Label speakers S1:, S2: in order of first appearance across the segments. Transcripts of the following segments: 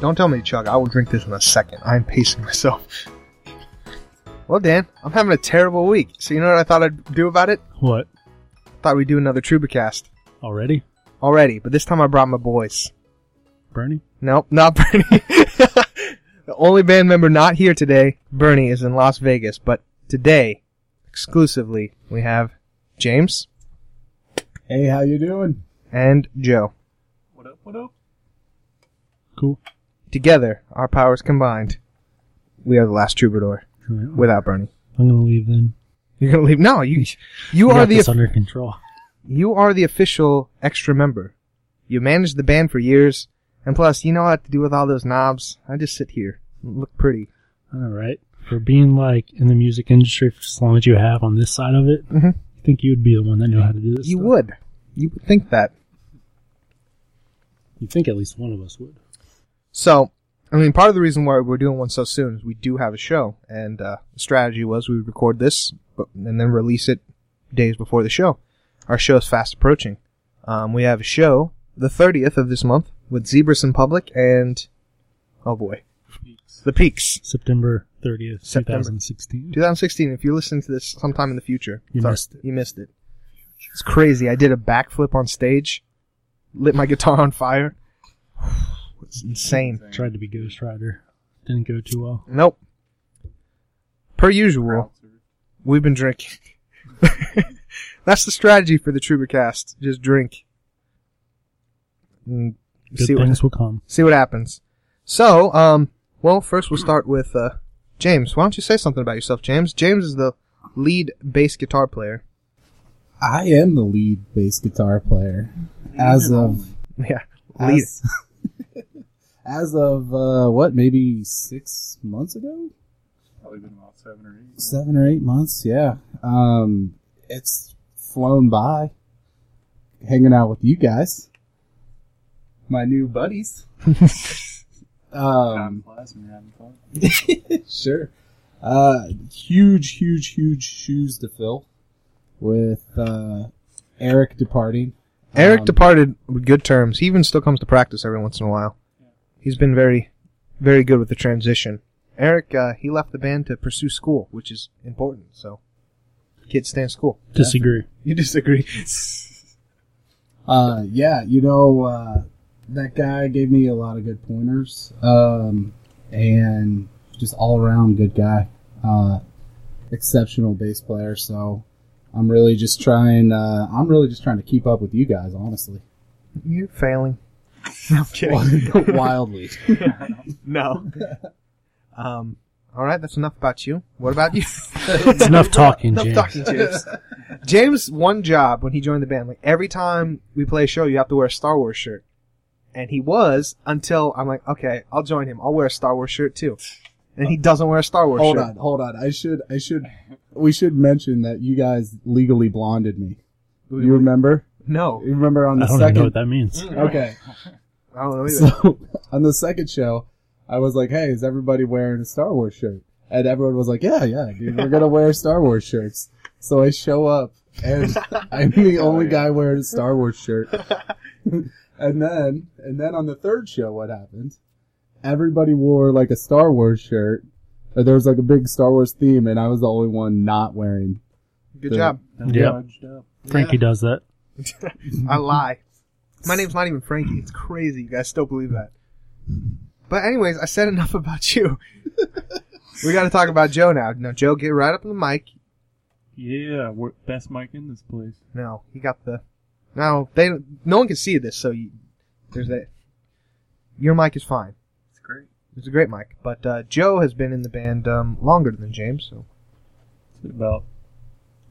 S1: Don't tell me to chug. I will drink this in a second. I'm pacing myself. Well, Dan, I'm having a terrible week. So you know what I thought I'd do about it?
S2: What?
S1: I thought we'd do another Trubacast
S2: Already?
S1: already, but this time I brought my boys.
S2: Bernie?
S1: Nope, not Bernie. the only band member not here today, Bernie, is in Las Vegas. But today, exclusively, we have James
S3: Hey, how you doing?
S1: and Joe.
S3: What up? What up?
S2: Cool.
S1: Together, our powers combined, we are the last troubadour
S2: All right,
S1: without Bernie.
S2: I'm gonna leave then.
S1: You're gonna leave? No, you you
S2: We
S1: are
S2: got
S1: the
S2: this under control.
S1: you are the official extra member. You managed the band for years, and plus, you know what to do with all those knobs. I just sit here, and look pretty.
S2: All right. For being like in the music industry for as long as you have on this side of it,
S1: Mhm.
S2: I think you'd be the one that knew how to do this.
S1: You
S2: stuff.
S1: would, you would think that.
S2: You think at least one of us would.
S1: So, I mean, part of the reason why we're doing one so soon is we do have a show, and uh, the strategy was we would record this but, and then release it days before the show. Our show is fast approaching. Um, we have a show the 30th of this month with Zebras in Public and, oh boy, The Peaks.
S2: September 30th,
S1: September.
S2: 2016.
S1: 2016, if you're listening to this sometime in the future,
S2: You
S1: sorry,
S2: missed it.
S1: You missed it. It's crazy. I did a backflip on stage, lit my guitar on fire. It's insane.
S2: Tried to be Ghost Rider. Didn't go too well.
S1: Nope. Per usual, we've been drinking. That's the strategy for the Trubercast. Just drink. And
S2: Good
S1: see what
S2: things will come.
S1: see what happens. So, um, well, first we'll start with uh, James. Why don't you say something about yourself, James? James is the lead bass guitar player.
S3: I am the lead bass guitar player as of
S1: Yeah, lead.
S3: as, as of uh, what maybe six months ago,
S4: Probably been about seven or eight.
S3: seven or eight months. Yeah, um, it's flown by. Hanging out with you guys, my new buddies. um,
S4: Time flies when you're having fun.
S3: sure. Uh, huge, huge, huge shoes to fill with uh, Eric departing.
S1: Eric
S3: Um,
S1: departed with good terms. He even still comes to practice every once in a while. He's been very, very good with the transition. Eric, uh, he left the band to pursue school, which is important. So, kids stay in school.
S2: Disagree.
S1: You disagree?
S3: Uh, yeah, you know, uh, that guy gave me a lot of good pointers, um, and just all around good guy, uh, exceptional bass player. So I'm really just trying, uh, I'm really just trying to keep up with you guys, honestly.
S1: You're failing. No, I'm kidding.
S3: Wildly.
S1: no. Um. All right, that's enough about you. What about you?
S2: It's enough talking,
S1: enough
S2: James.
S1: talking, James. James, one job when he joined the band, like every time we play a show, you have to wear a Star Wars shirt, and he was until I'm like, okay, I'll join him. I'll wear a Star Wars shirt too, and he doesn't wear a Star Wars
S3: hold
S1: shirt.
S3: on, hold on. I should, I should, we should mention that you guys legally blonded me.
S1: We-
S3: You remember?
S1: No,
S3: You remember on
S2: I
S3: the
S2: don't even know what
S3: second?
S2: that means.
S1: Mm.
S3: Okay.
S1: I don't know either.
S3: So on the second show, I was like, "Hey, is everybody wearing a Star Wars shirt?" And everyone was like, "Yeah, yeah, dude, we're gonna wear Star Wars shirts." So I show up, and I'm the
S1: Oh,
S3: only guy wearing a Star Wars shirt. and then, and then on the third show, what happened? Everybody wore like a Star Wars shirt, or there was like a big Star Wars theme, and I was the only one not wearing.
S1: Good
S3: the-
S1: job.
S4: Done
S2: Yep.
S4: fudged up.
S2: Frankie does that.
S1: I lie. My name's not even Frankie. It's crazy. You guys still believe that. But anyways, I said enough about you. we got to talk about Joe now. No, Joe, get right up on the mic.
S4: Yeah, we're best mic in this place.
S1: No, he got the. No, they. No one can see this, so you, there's that. Your mic is fine.
S4: It's great.
S1: It's a great mic, but uh, Joe has been in the band um, longer than James. So
S4: It's been about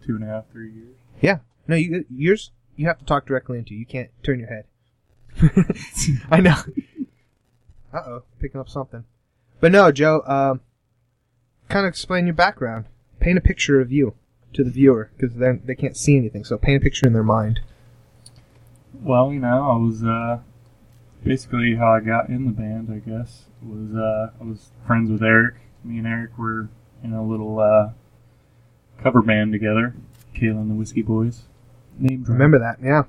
S4: two and a half, three years.
S1: yeah, no, you yours. You have to talk directly into. it. You can't turn your head. I know. Uh oh, picking up something. But no, Joe. Um, kind of explain your background. Paint a picture of you to the viewer because then they can't see anything. So paint a picture in their mind.
S4: Well, you know, I was uh, basically how I got in the band. I guess was uh, I was friends with Eric. Me and Eric were in a little uh, cover band together, Kale and the Whiskey Boys. Name drop.
S1: Remember that, yeah.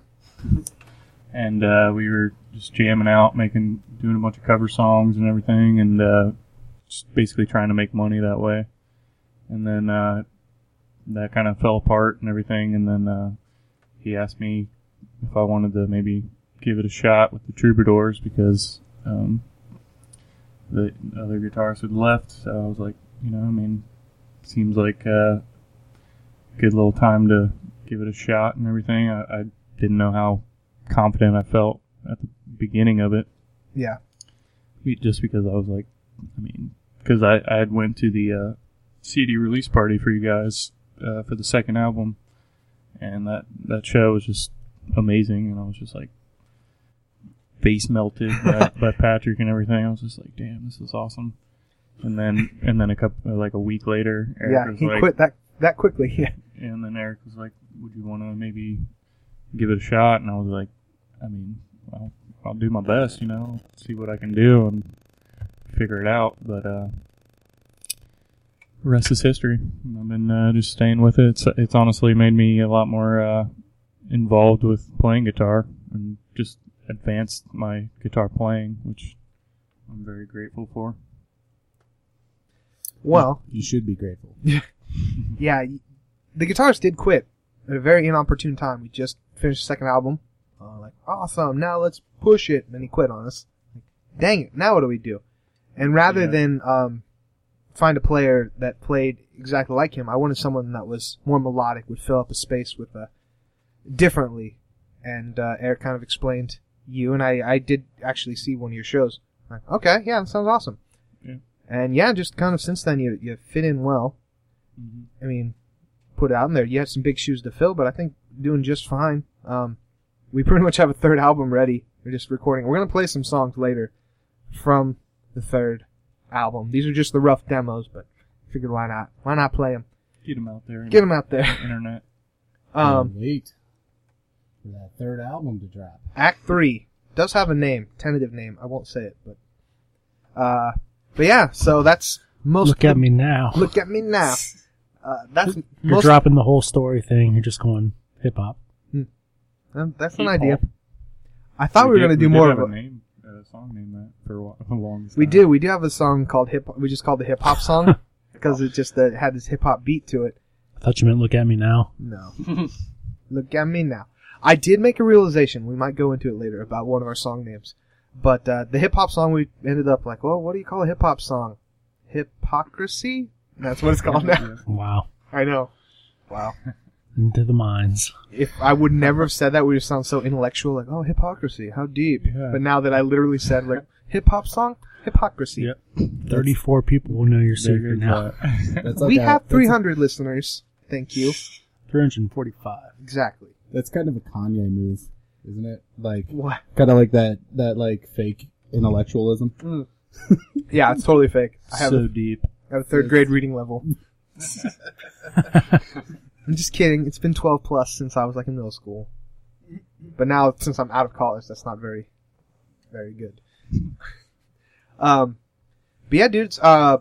S4: and uh, we were just jamming out, making, doing a bunch of cover songs and everything, and uh, just basically trying to make money that way. And then uh, that kind of fell apart and everything. And then uh, he asked me if I wanted to maybe give it a shot with the Troubadours because um, the other guitarist had left. So I was like, you know, I mean, seems like a good little time to give it a shot and everything. I, I didn't know how confident I felt at the beginning of it,
S1: Yeah.
S4: be- just because I was like, I mean, because I, I had went to the uh, CD release party for you guys uh, for the second album, and that that show was just amazing, and I was just like face melted by, by Patrick and everything. I was just like, damn, this is awesome. And then and then a couple like a week later, Eric
S1: yeah.
S4: was
S1: He
S4: like,
S1: quit that that quickly. Yeah.
S4: and then Eric was like, "Would you want to maybe give it a shot?" And I was like, "I mean, I'll, I'll do my best, you know, see what I can do and figure it out." But uh, rest is history. And I've been uh, just staying with it. It's, it's honestly made me a lot more uh, involved with playing guitar and just advanced my guitar playing, which I'm very grateful for.
S1: Well,
S3: You should be grateful.
S1: yeah, y- the guitarist did quit at a very inopportune time. We just finished the second album. Uh, like, awesome, now let's push it. And then he quit on us. Dang it, now what do we do? And rather
S4: Yeah.
S1: than um, find a player that played exactly like him, I wanted someone that was more melodic, would fill up a space with a differently. And uh, Eric kind of explained you, and I, I did actually see one of your shows. Like, okay, yeah, that sounds awesome.
S4: Yeah.
S1: And yeah, just kind of since then, you, you fit in well. I mean, put it out in there. You had some big shoes to fill, but I think doing just fine. Um, we pretty much have a third album ready. We're just recording. We're gonna play some songs later from the third album. These are just the rough demos, but figured why not? Why not play them?
S4: Get him out there.
S1: Get them out there.
S4: Internet.
S1: Um,
S3: wait for that third album to drop.
S1: Act Three does have a name, tentative name. I won't say it, but uh, but yeah. So that's most.
S2: Look at me now.
S1: Look at me now. Uh, that's
S2: You're
S1: most.
S2: dropping the whole story thing. You're just going hip hop.
S1: um, that's an
S4: Hip-hop.
S1: idea. I thought we, were
S4: did-
S1: gonna do
S4: did
S1: more
S4: have
S1: of it.
S4: a name, a song named that for a wa- a long time.
S1: We do. We do have a song called hip. We just called the hip hop song because it just uh, had this hip hop beat to it.
S2: I thought you meant look at me now.
S1: No, look at me now. I did make a realization. We might go into it later about one of our song names, but uh, the hip hop song we ended up like, well, what do you call a hip hop song? Hypocrisy. That's what it's called now.
S2: Wow.
S1: I know. Wow.
S2: Into the mines.
S1: If I would never have said that, we would sound so intellectual, like, oh, hypocrisy, how deep.
S4: Yeah.
S1: But now that I literally said like hip hop song, hypocrisy.
S4: Yep.
S2: 34 people will know your
S4: There
S2: secret
S4: goes
S2: now.
S4: that.
S3: That's
S1: We
S3: like a-
S1: have
S3: that's a-
S1: 300 listeners. Thank you.
S2: 345.
S1: Exactly.
S3: That's kind of a Kanye move, isn't it? Like
S1: What?
S3: kind of like that that like fake intellectualism.
S1: Mm. yeah, it's totally fake. I have,
S4: so deep.
S1: I have a third grade reading level. I'm just kidding. It's been 12 plus since I was like in middle school. But now, since I'm out of college, that's not very, very good. um, but yeah, dudes, uh,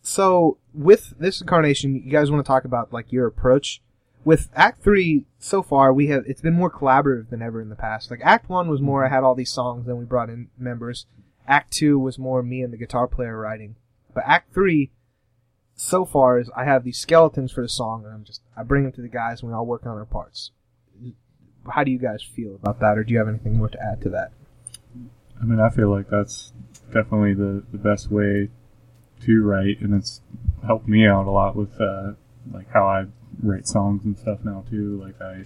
S1: so with this incarnation, you guys want to talk about like your approach with Act Three so far. We have it's been more collaborative than ever in the past. Like Act One was more I had all these songs, then we brought in members. Act Two was more me and the guitar player writing, but Act Three so far is I have these skeletons for the song, and I'm just I bring them to the guys, and we all work on our parts. How do you guys feel about that, or do you have anything more to add to that?
S4: I mean, I feel like that's definitely the, the best way to write, and it's helped me out a lot with uh, like how I write songs and stuff now too. Like I,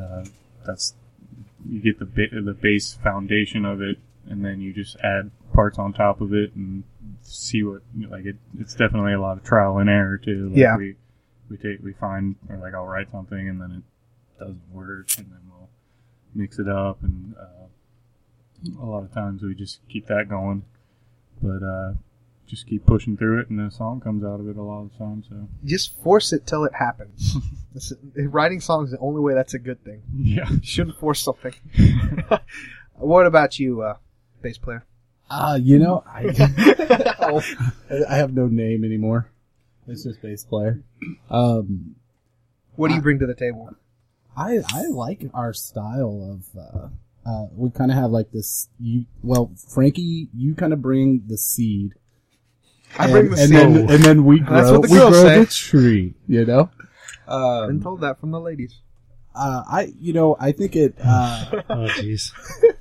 S4: uh, that's you get the ba- the base foundation of it, and then you just add parts on top of it and see what like it. It's definitely a lot of trial and error too. Like
S1: Yeah.
S4: We we take we find or like I'll write something and then it doesn't work, and then we'll mix it up and. Uh, a lot of times we just keep that going, but uh, just keep pushing through it, and a song comes out of it a lot of the time. So
S1: Just force it till it happens. This is- eh, writing songs is the only way that's a good thing.
S4: yeah,
S1: You shouldn't force something. what about you, uh, bass player?
S3: Ah, you know, I Oh, I have no name anymore. It's just bass player. Um,
S1: What do you bring to the table?
S3: I I like our style of uh, uh, we kind of have like this. You, well, Frankie, you kind of bring the seed.
S1: I bring the
S3: and
S1: seed.
S3: Then, and then we grow,
S1: That's what the
S3: we
S1: girls
S3: grow
S1: say.
S3: the tree, you know?
S1: Been
S3: Um,
S1: told that from the ladies.
S3: uh, I, you know, I think it, uh,
S2: Oh, jeez.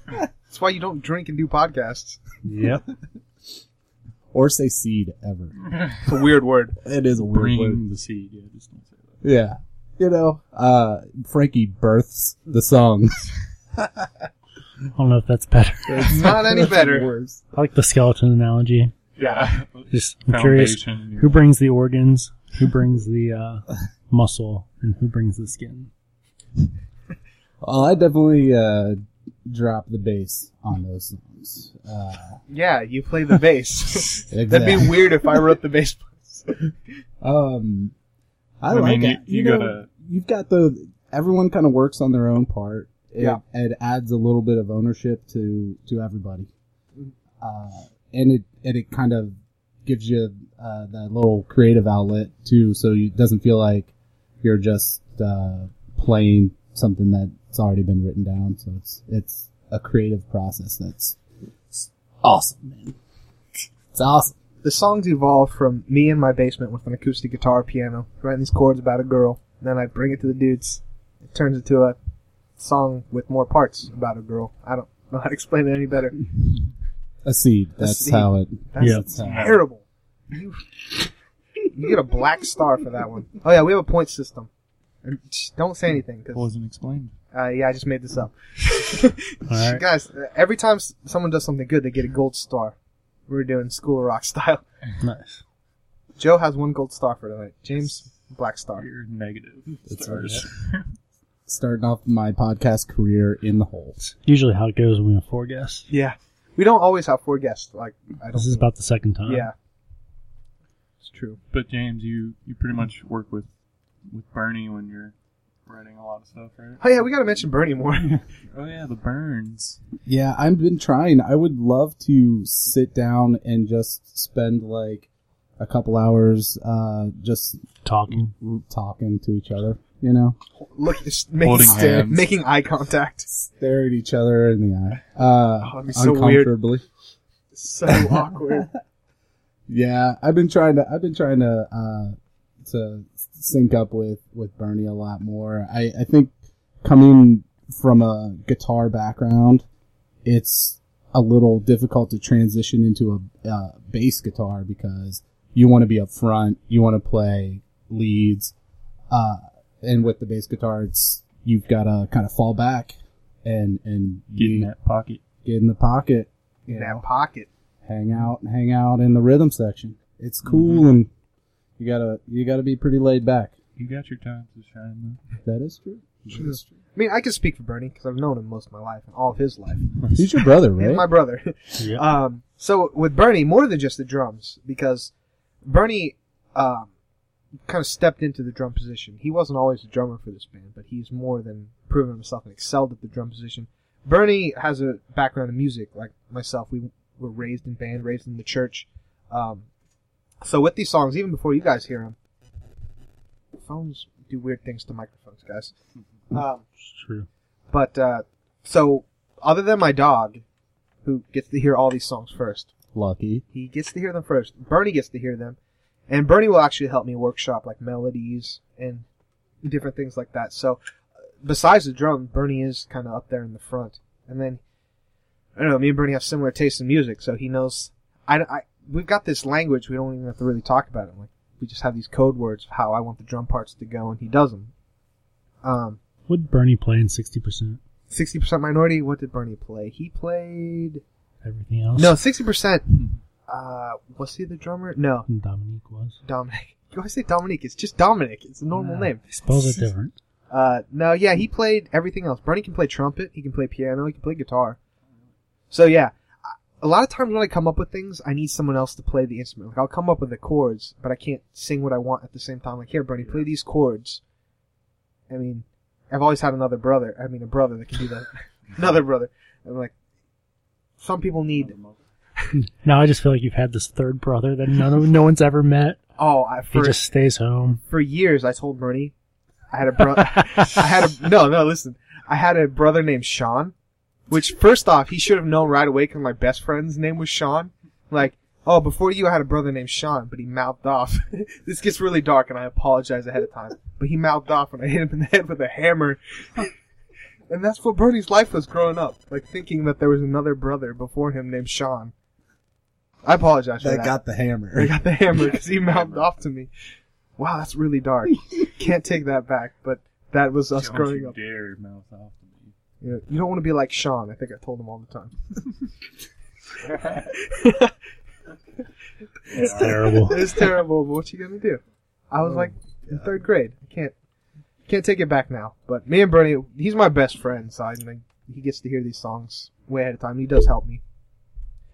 S1: That's why you don't drink and do podcasts.
S2: Yep.
S3: or say seed ever.
S1: It's a weird word.
S3: It is a weird
S4: Bring
S3: word.
S4: the seed. Yeah, just don't say that.
S3: Yeah. You know, uh, Frankie births the song.
S2: I don't know if that's better.
S1: It's not any
S3: That's
S1: better.
S3: worse.
S2: I like the skeleton analogy.
S4: Yeah.
S2: Just I'm curious
S4: Foundation,
S2: who brings the organs, who brings the uh, muscle, and who brings the skin.
S3: Well, I definitely, uh, drop the bass on those songs. Uh,
S1: Yeah, you play the bass. That'd
S3: exactly.
S1: be weird if I wrote the bass.
S3: Um, I,
S4: I
S3: like
S4: mean, you-
S3: it.
S4: you
S3: know,
S4: gotta-
S3: You've got the. Everyone kind of works on their own part. It,
S1: Yeah.
S3: It adds a little bit of ownership to to everybody. Uh, and it and it kind of gives you uh, that little creative outlet too, so you- it doesn't feel like you're just uh, playing something that's already been written down. So it's it's a creative process that's it's awesome, man. It's awesome.
S1: The songs evolved from me in my basement with an acoustic guitar, piano, writing these chords about a girl. Then I bring it to the dudes. It turns into a song with more parts about a girl. I don't know how to explain it any better.
S3: A seed. That's
S1: seed.
S3: how it.
S1: That's
S2: Yeah.
S3: That's how
S1: terrible. You, you get a black star for that one. Oh yeah, we have a point system. And shh, Don't say anything because
S4: wasn't explained.
S1: uh, yeah, I just made this up.
S2: All right.
S1: Guys, uh, every time s- someone does something good, they get a gold star. We're doing School of Rock style.
S2: Nice.
S1: Joe has one gold star for tonight. James, black star.
S4: You're negative.
S3: That's
S4: stars.
S3: starting off my podcast career in the hole.
S2: Usually how it goes when we have four guests.
S1: Yeah, we don't always have four guests. Like I don't.
S2: This is
S1: think-
S2: about the second time.
S1: yeah, it's true.
S4: But James, you you pretty much work with with Bernie when you're writing a lot of stuff, right?
S1: Oh yeah, we gotta mention Bernie more.
S4: Oh yeah, the Burns.
S3: Yeah, I've been trying. I would love to sit down and just spend like a couple hours uh, just
S2: Talking.
S3: talking to each other, you know,
S1: Look, just making,
S4: Holding
S1: stare,
S4: hands.
S1: making eye contact.
S3: stare at each other in the eye. Uh,
S1: Oh, that'd be so weird.
S3: uncomfortably.
S1: So awkward.
S3: Yeah, I've been trying to. I've been trying to uh, to sync up with with Bernie a lot more. I I think coming from a guitar background, it's a little difficult to transition into a uh, bass guitar because you want to be up front, you want to play leads, uh, and with the bass guitar, it's you've got to kind of fall back and and
S4: Get in
S3: you
S4: that pocket.
S3: get in the pocket, you
S1: In
S3: know
S1: that pocket.
S3: hang out hang out in the rhythm section. It's cool and you gotta you gotta be pretty laid back.
S4: You got your time to shine.
S3: That is true.
S1: Sure. I mean, I can speak for Bernie because I've known him most of my life and all of his life.
S3: He's your brother, right?
S1: He's my brother.
S2: Yeah.
S1: Um, so with Bernie, more than just the drums, because Bernie um, kind of stepped into the drum position. He wasn't always a drummer for this band, but he's more than proven himself and excelled at the drum position. Bernie has a background in music, like myself. We were raised in band, raised in the church. Um, so with these songs, even before you guys hear them, phones do weird things to microphones, guys. Um,
S2: It's true.
S1: but uh, so, other than my dog, who gets to hear all these songs first,
S3: Lucky.
S1: he gets to hear them first. Bernie gets to hear them, and Bernie will actually help me workshop like melodies and different things like that. So, uh, besides the drum, Bernie is kind of up there in the front. And then, I don't know. Me and Bernie have similar tastes in music, so he knows. I, I we've got this language. We don't even have to really talk about it. Like we just have these code words of how I want the drum parts to go, and he does them. Um,
S2: Would Bernie play in 60%?
S1: sixty percent minority. What did Bernie play? He played
S2: Everything else?
S1: no sixty percent. Uh, was he the drummer? No,
S2: And Dominique was.
S1: Dominic. You always say Dominic. It's just Dominic. It's a normal
S2: Ah,
S1: name.
S2: They spelled it different.
S1: Uh, no, yeah, he played everything else. Bernie can play trumpet. He can play piano. He can play guitar. So yeah, I- a lot of times when I come up with things, I need someone else to play the instrument. Like I'll come up with the chords, but I can't sing what I want at the same time. Like here, Bernie, play these chords. I mean, I've always had another brother. I mean, a brother that can do that. another brother. I'm like, some people need.
S2: Now I just feel like you've had this third brother that none of, no one's ever met.
S1: Oh, I,
S2: He
S1: for
S2: just stays home.
S1: for years I told Bernie I had a brother. I had a no, no. Listen, I had a brother named Sean Which, first off, he should have known right away because my best friend's name was Sean. Like, oh, before you, I had a brother named Sean, but he mouthed off. this gets really dark, and I apologize ahead of time. But he mouthed off, and I hit him in the head with a hammer. and that's what Brody's life was growing up, like thinking that there was another brother before him named Sean. I apologize for
S3: That
S1: that.
S3: got the
S1: I
S3: hammer.
S1: got the hammer because he mouthed off to me. Wow, that's really dark. Can't take that back, but that was us
S4: Don't
S1: growing
S4: you
S1: up.
S4: dare mouth off to
S1: You, know, you don't want to be like Sean. I think I told him all the time.
S4: me.
S2: It's terrible.
S1: It was terrible, but what you gonna do? I was like in third grade. I can't can't take it back now. But me and Bernie, he's my best friend, so I think he gets to hear these songs way ahead of time. He does help me.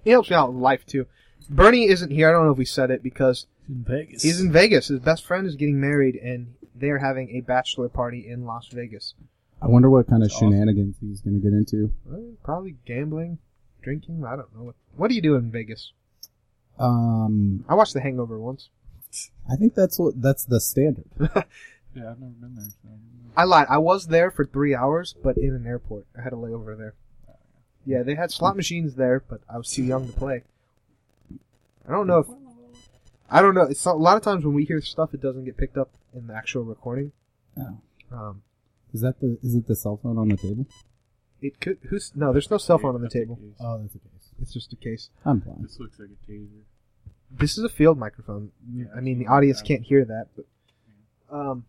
S1: He helps me out in life too. Bernie isn't here. I don't know if we said it because
S2: In Vegas.
S1: he's in Vegas. His best friend is getting married, and they are having a bachelor party in Las Vegas.
S3: I wonder what kind of
S4: That's awesome.
S3: shenanigans he's going to get into.
S1: Well, Probably gambling, drinking. I don't know. What, what do you do in Vegas?
S3: Um,
S1: I watched The Hangover once.
S3: I think that's what that's the standard.
S4: yeah, I've never been there. So I don't know.
S1: I lied. I was there for three hours, but in an airport. I had a layover there. Yeah, they had slot machines there, but I was too young to play. I don't know if I don't know. It's a lot of times when we hear stuff, it doesn't get picked up in the actual recording.
S3: Oh.
S1: Um,
S3: Is that the is it the cell phone on the table?
S1: it could. Who's no? There's no cell phone on the table. Uh,
S3: Oh, that's the case.
S1: It's just a case.
S3: I'm blind.
S4: This looks like a taser.
S1: This is a field microphone. I mean, the audience can't hear that. But, um,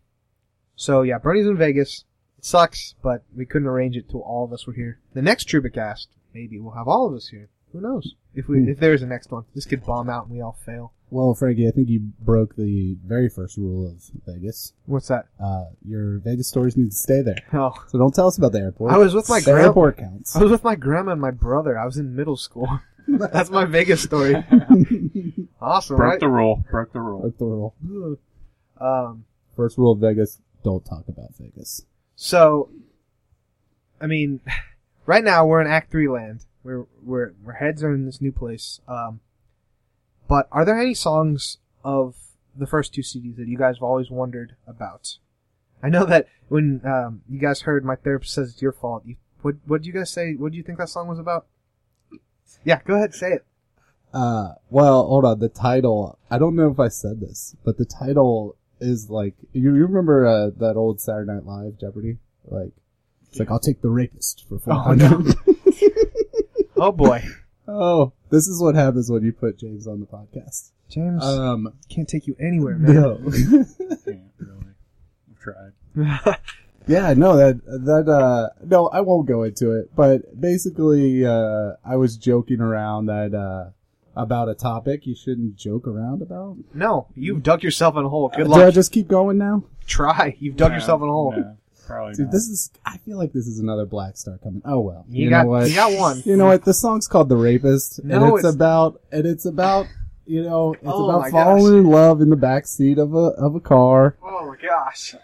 S1: so yeah, Bernie's in Vegas. It sucks, but we couldn't arrange it till all of us were here. The next Trubacast, maybe we'll have all of us here. Who knows? If we,
S3: Hmm.
S1: if there is a next one, this could bomb out and we all fail.
S3: Well, Frankie, I think you broke the very first rule of Vegas.
S1: What's that?
S3: Uh, your Vegas stories need to stay there.
S1: Oh,
S3: So don't tell us about the airport.
S1: I was with my
S3: the
S1: grand-
S3: airport counts.
S1: I was with my grandma and my brother. I was in middle school. That's my Vegas story. Awesome,
S4: Broke
S1: right?
S4: the rule. Broke the rule.
S3: Broke the rule.
S1: um,
S3: First rule of Vegas: don't talk about Vegas.
S1: So, I mean, right now we're in Act Three land. We're we're our heads are in this new place. Um, but are there any songs of the first two CDs that you guys have always wondered about? I know that when um, you guys heard my therapist says it's your fault. You what what did you guys say? What do you think that song was about? Yeah, go ahead, say it.
S3: Uh, well, hold on. The title. I don't know if I said this, but the title is like you, you remember uh, that old Saturday Night Live Jeopardy? Like, it's like I'll take the rapist for four
S1: Oh,
S3: hundred.
S1: no. Oh boy,
S3: oh, this is what happens when you put James on the podcast.
S1: James
S3: Um,
S1: can't take you anywhere, man.
S3: no.
S4: Can't really. I've tried.
S3: yeah, no. That that uh, no, I won't go into it. But basically, uh, I was joking around that uh, about a topic you shouldn't joke around about.
S1: no, you've dug yourself in a hole. Good
S3: Uh, Do I
S1: luck.
S3: just keep going now?
S1: Try. You've dug
S4: Nah,
S1: yourself in a hole.
S4: nah, probably
S3: Dude,
S4: not.
S3: this is. I feel like this is another Black Star coming. Oh well.
S1: You, got you got one.
S3: You know what? The song's called "The Rapist,"
S1: No,
S3: and it's,
S1: it's-
S3: about and it's about you know it's
S1: Oh my
S3: about falling
S1: gosh.
S3: in love in the back seat of a of a car.
S1: Oh my gosh.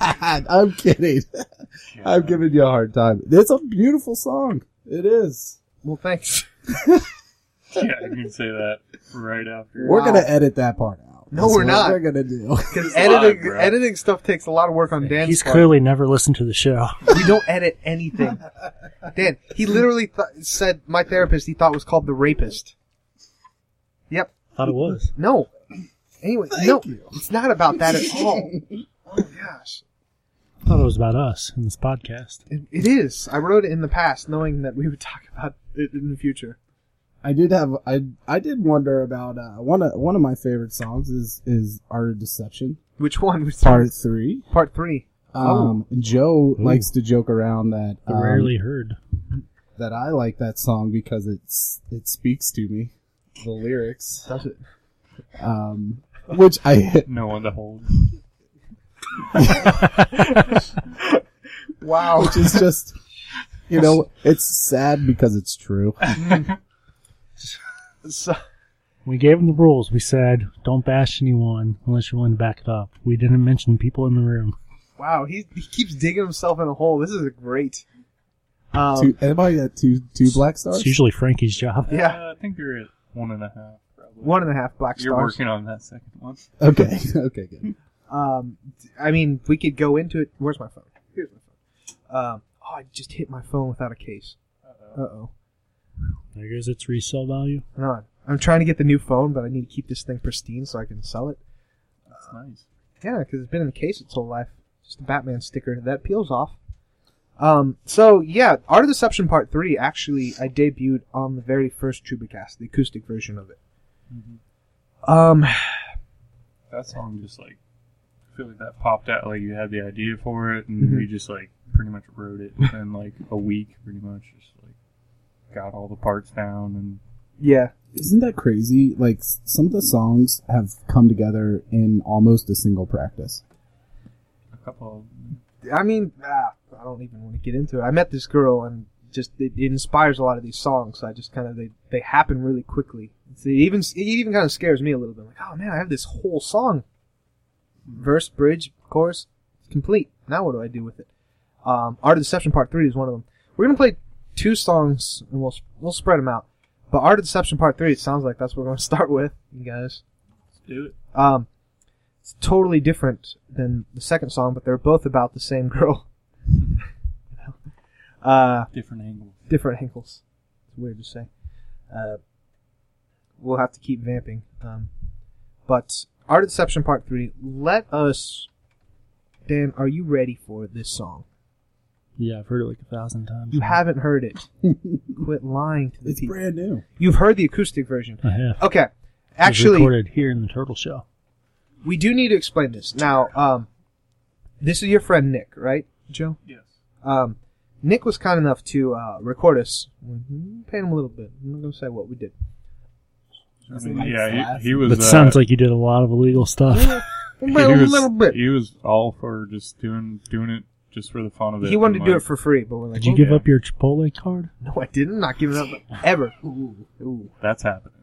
S3: I'm kidding.
S4: Yeah.
S3: I'm giving you a hard time. It's a beautiful song. It is.
S1: Well, thanks.
S4: Yeah, you can say that right after.
S3: We're
S1: Wow.
S3: gonna edit that part out.
S1: No,
S3: That's
S1: we're
S3: what
S1: not.
S3: We're gonna do.
S1: Because
S4: It's live,
S1: editing
S4: bro.
S1: editing stuff takes a lot of work on Dan's
S2: He's
S1: part.
S2: clearly never listened to the show.
S1: We don't edit anything. Dan, he literally th- said my therapist he thought was called the rapist. Yep.
S2: Thought it was.
S1: No. Anyway, no, it's not about that at all. Oh gosh,
S2: Thought it was about us in this podcast.
S1: it, it is. I wrote it in the past, knowing that we would talk about it in the future.
S3: I did have I I did wonder about uh, one of one of my favorite songs is is Art of Deception
S1: Which one was
S3: Part Three.
S1: part three?
S3: Um, Joe
S2: Ooh.
S3: likes to joke around that
S2: Oh. Hmm. The
S3: um,
S2: rarely heard.
S3: that I like that song because it's it speaks to me, the lyrics,
S1: Does it?
S3: um, which I
S4: No one to hold.
S1: Wow.
S3: which is just you know it's sad because it's true.
S1: So,
S2: We gave him the rules. We said, don't bash anyone unless you're willing to back it up. We didn't mention people in the room.
S1: wow. He he keeps digging himself in a hole. This is great. Um,
S3: two, am I at two two black stars?
S2: It's usually Frankie's job.
S1: Yeah.
S4: Uh, I think you're at one and a half. Probably.
S1: one and a half black
S4: You're
S1: stars.
S4: working on that second one.
S3: Okay, okay, good.
S1: Um, I mean, we could go into it. Where's my phone? Here's my phone. Um, Oh, I just hit my phone without a case. Uh oh.
S2: There goes its resale value.
S1: Hang on. I'm trying to get the new phone, but I need to keep this thing pristine so I can sell it.
S4: That's nice.
S1: Yeah, because it's been in the case its whole life. Just a Batman sticker that peels off. Um, so yeah, Art of Deception Part Three actually I debuted on the very first Trubacast, the acoustic version of it.
S4: Mhm.
S1: Um,
S4: That song just like I feel like that popped out like you had the idea for it, and
S1: Mhm.
S4: we just like pretty much wrote it within like a week, pretty much just like got all the parts down and
S1: yeah,
S3: Isn't that crazy? Like s- some of the songs have come together in almost a single practice.
S4: a couple. Of
S1: I mean, ah, I don't even want to get into it. I met this girl, and just it, it inspires a lot of these songs. So I just kind of they they happen really quickly. It's, it even it even kind of scares me a little bit. Like, oh man, I have this whole song, verse, bridge, chorus, it's complete. Now what do I do with it? Um, Art of Deception Part Three is one of them. We're gonna play two songs, and we'll we'll spread them out. But Art of Deception Part Three, it sounds like that's what we're gonna start with, you guys.
S4: Let's do it.
S1: Um, it's totally different than the second song, but they're both about the same girl. uh,
S4: Different angles.
S1: different ankles. It's weird to say. Uh, we'll have to keep vamping. Um, but Art of Deception Part 3, let us. Dan, are you ready for this song?
S2: Yeah, I've heard it like a thousand times.
S1: You haven't heard it. Quit lying to the
S3: It's
S1: people.
S3: brand new.
S1: You've heard the acoustic version.
S2: I have.
S1: Okay.
S2: It was
S1: Actually,
S2: recorded here in the Turtle Shell.
S1: we do need to explain this. Now, um, this is your friend Nick, right, Joe?
S4: Yes.
S1: Um, Nick was kind enough to uh, record us. We paid him a little bit. I'm not going to say what we did.
S4: I
S3: Is
S4: mean,
S3: it like
S4: yeah,
S3: slash?
S4: he, he was.
S2: That
S4: uh,
S2: sounds like you did a lot of illegal stuff.
S1: We
S4: he
S1: paid him a
S4: was-
S1: little bit.
S4: He was all for just doing doing it just for the fun of it.
S1: He wanted to
S4: and,
S1: do
S4: like,
S1: it for free, but we're like,
S2: Did you
S1: "Oh,
S2: give
S4: yeah.
S2: up your Chipotle card?
S1: no, I didn't. Not giving up ever. Ooh.
S4: That's happening.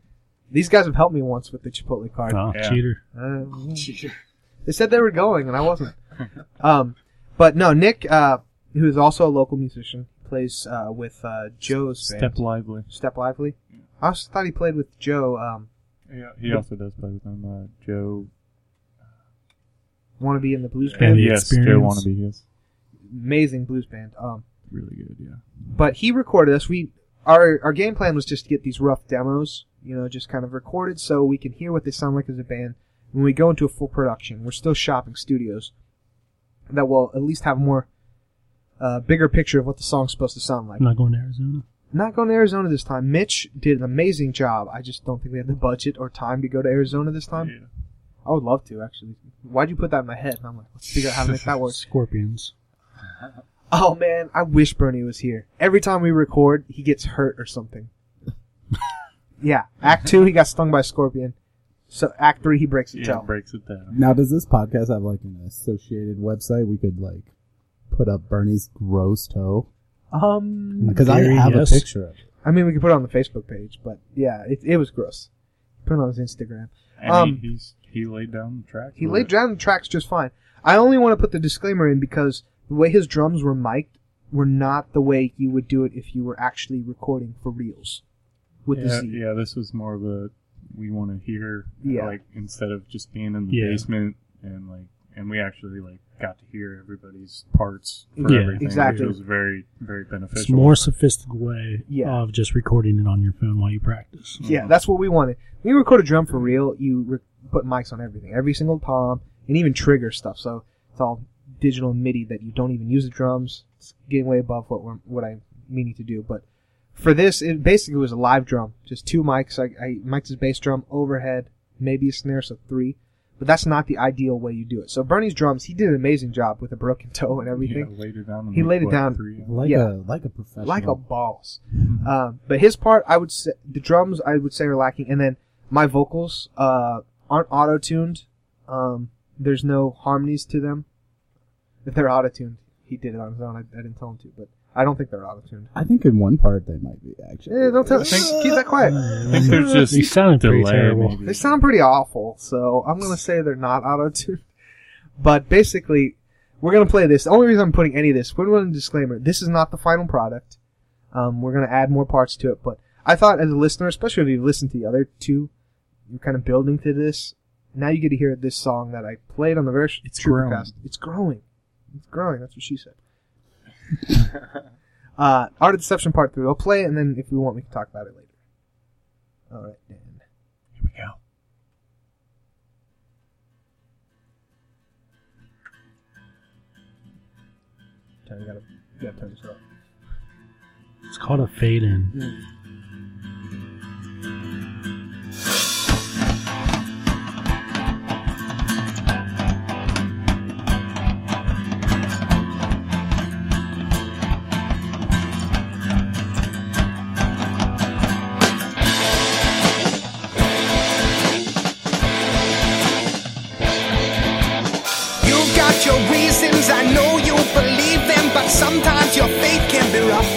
S1: These guys have helped me once with the Chipotle card.
S2: Oh,
S4: Yeah.
S2: cheater.
S1: Uh, they said they were going, and I wasn't. um, but no, Nick, uh, who is also a local musician, plays uh, with uh, Joe's band,
S4: Step lively.
S1: Step Lively. I also thought he played with Joe, um,
S4: Yeah, he also does play with him. Uh, Joe.
S1: Wanna Be in the Blues
S2: And
S1: Band.
S2: the
S4: yes, Joe
S2: experience.
S4: wannabe. Yes,
S1: Amazing blues band. Um,
S4: really good. Yeah.
S1: but he recorded us. We our our game plan was just to get these rough demos, you know, just kind of recorded so we can hear what they sound like as a band. When we go into a full production, we're still shopping studios that will at least have a more uh, bigger picture of what the song's supposed to sound like.
S2: I'm not going to Arizona.
S1: Not going to Arizona this time. Mitch did an amazing job. I just don't think we had the budget or time to go to Arizona this time.
S4: Yeah.
S1: I would love to actually. Why'd you put that in my head? And I'm like, let's figure out how to make that work.
S2: Scorpions.
S1: Oh man, I wish Bernie was here. Every time we record, he gets hurt or something. yeah, Act Two, he got stung by a scorpion. So Act Three, he breaks his
S4: Yeah,
S1: toe.
S4: breaks it down.
S3: Now, does this podcast have like an associated website we could like put up Bernie's gross toe?
S1: Um,
S3: Because I
S2: Very
S3: have
S2: Mm, yes.
S3: a picture of it.
S1: I mean, we could put it on the Facebook page, but yeah, it, it was gross. Put it on his Instagram.
S4: And
S1: Um,
S4: he, he's he laid down the track.
S1: He
S4: for
S1: laid
S4: it.
S1: down the tracks just fine. I only want to put the disclaimer in because the way his drums were mic'd were not the way you would do it if you were actually recording for reels with
S4: yeah,
S1: the Z.
S4: yeah, this was more of a we want to hear.
S1: Yeah.
S4: Like instead of just being in the
S2: Yeah.
S4: basement and like and we actually like got to hear everybody's parts for
S2: Yeah,
S4: everything.
S1: exactly.
S4: It was very very beneficial.
S2: It's a more sophisticated way
S1: Yeah.
S2: of just recording it on your phone while you practice.
S1: Yeah, that's what we wanted. When you record a drum for real, you re- put mics on everything, every single tom, and even trigger stuff. So it's all digital MIDI that you don't even use the drums. It's getting way above what we're, what I'm meaning to do. But for this, it basically was a live drum, just two mics. I, I mic'd his bass drum overhead, maybe a snare, so three. But that's not the ideal way you do it. So Bernie's drums, he did an amazing job with a broken toe and everything.
S4: Yeah, laid it down. in,
S1: He laid it
S4: what,
S1: down.
S4: Three,
S3: Like
S1: Yeah.
S3: a like a professional.
S1: like a boss. um, but his part, I would say, the drums, I would say, are lacking, and then my vocals uh, aren't auto tuned. Um, there's no harmonies to them. If they're auto tuned, he did it on his own. I, I didn't tell him to, but I don't think they're auto tuned.
S3: I think in one part they might be actually.
S1: don't tell. keep that quiet.
S4: I think there's just
S2: They sounded pretty
S4: delay,
S2: terrible.
S4: maybe.
S1: They sound pretty awful, so I'm gonna say they're not auto tuned. But basically, we're gonna play this. The only reason I'm putting any of this, we're going to disclaimer: this is not the final product. Um, we're gonna add more parts to it, but I thought as a listener, especially if you've listened to the other two, you're kind of building to this. Now you get to hear this song that I played on the very
S4: It's
S1: Supercast.
S4: growing.
S1: It's growing. It's growing. That's what she said. Uh, Art of Deception Part 3. I'll play it, and then if we want, we can talk about it later. All right, Dan.
S4: Here we go.
S1: Turn, you gotta, you gotta turn this off.
S2: It's called a fade in.
S5: You've got your reasons, I know you believe them, but sometimes your faith can be rough.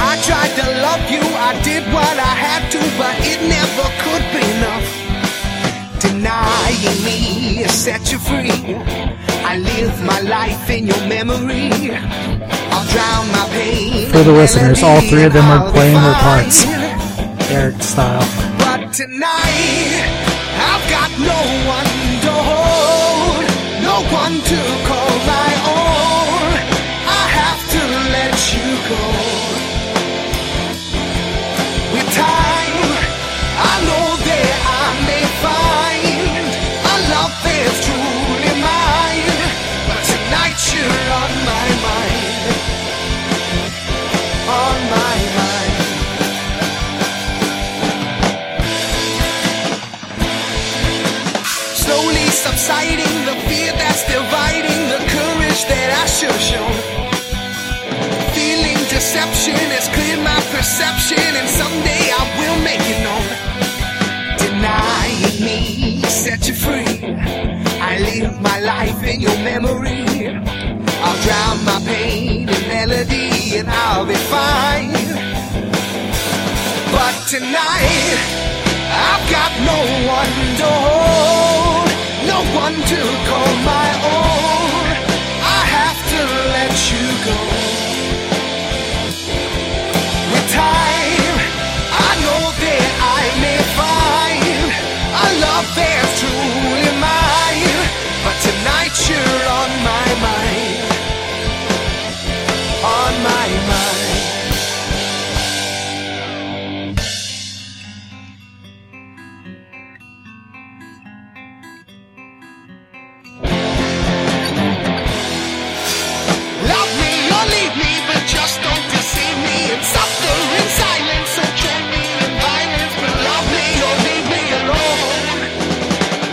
S5: I tried to love you, I did what I had to, but it never could be enough. Denying me has set you free. I live my life in your memory. I'll drown my pain.
S2: For the listeners, all three of them are
S5: I'll
S2: playing their
S5: define
S2: parts. Eric style.
S5: but tonight I've got no one to hold, no one to call my own. I have to let you go. With time, I know that I may find a love that's truly mine. But tonight you're on my mind, on my mind. slowly subsiding the fear that's dividing the courage that I should show. Feeling deception has cleared my perception, and someday I will make it known. Denying me set you free. I live my life in your memory. I'll drown my pain in melody, and I'll be fine. But tonight, I've got no one to hold, no one to call my own. I have to let you go. With time, I know that I may find a love that's truly mine. But tonight you're on my mind, on my mind. Love me or leave me, but just don't deceive me and suffer in silence. So treat me in violence, but love me or leave me alone.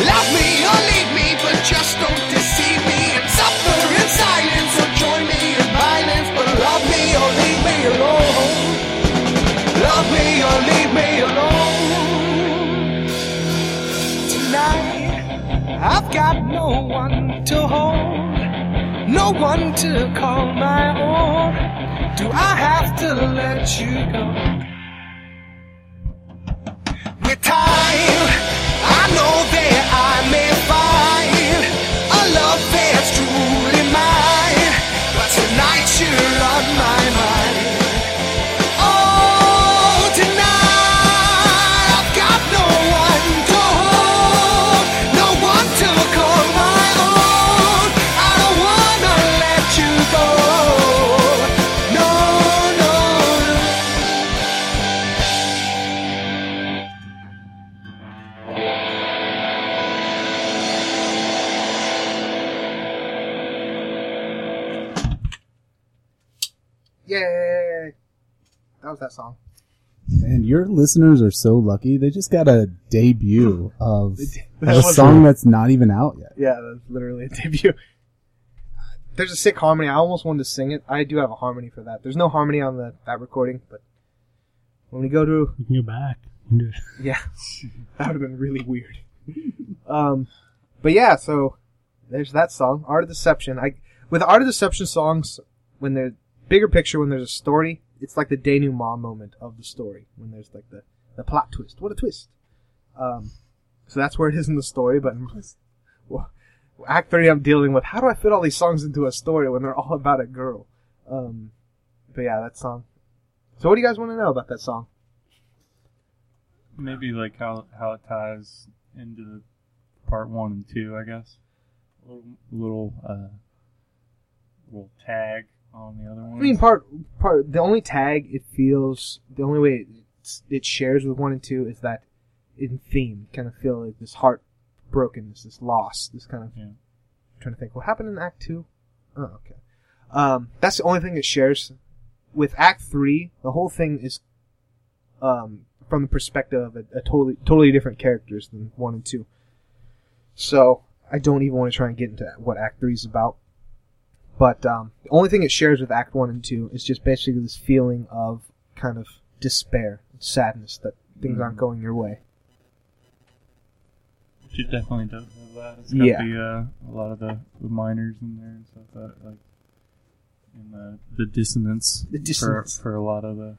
S5: Love me or leave me, but just don't deceive me and suffer in silence. So join me in violence, but love me or leave me alone. Love me or leave me alone. Tonight, I've got no one to hold no one to call my own. Do I have to let you go? With time, I know that I may find a love that's truly mine. But tonight you're on my mind. Oh, tonight I've got no one to hold, no one to call my own. I don't wanna let you go. No, no,
S1: Yay! That was that song.
S3: And your listeners are so lucky. They just got a debut of
S1: That
S3: a
S1: was
S3: song that's not even out yet.
S1: Yeah, that's literally a debut. There's a sick harmony. I almost wanted to sing it. I do have a harmony for that. There's no harmony on the that recording, but when we go to
S2: You can go back. You can do it.
S1: yeah, that would have been really weird. Um, but yeah, so there's that song, Art of Deception. I with Art of Deception songs, when they're bigger picture, when there's a story, it's like the denouement moment of the story when there's like the the plot twist. What a twist! Um, so that's where it is in the story, but. Well, Act three, I'm dealing with how do I fit all these songs into a story when they're all about a girl? Um, but yeah, that song. So, what do you guys want to know about that song?
S4: Maybe like how how it ties into part one and two, I guess. A little, little uh, little tag on the other
S1: I
S4: one.
S1: mean, part part the only tag it feels the only way it, it shares with one and two is that in theme kind of feel like this heartbrokenness, this loss, this kind of
S4: Yeah.
S1: trying to think what happened in Act Two. Oh, okay. Um, that's the only thing it shares with Act Three. The whole thing is um, from the perspective of a, a totally totally different characters than one and two. So I don't even want to try and get into what Act Three is about. But um, the only thing it shares with Act One and Two is just basically this feeling of kind of despair, sadness that things aren't going your way.
S4: She definitely does have that. It's got
S1: Yeah.
S4: the uh, a lot of the, the minors in there and stuff that like and the the dissonance,
S1: The dissonance.
S4: for for a lot of the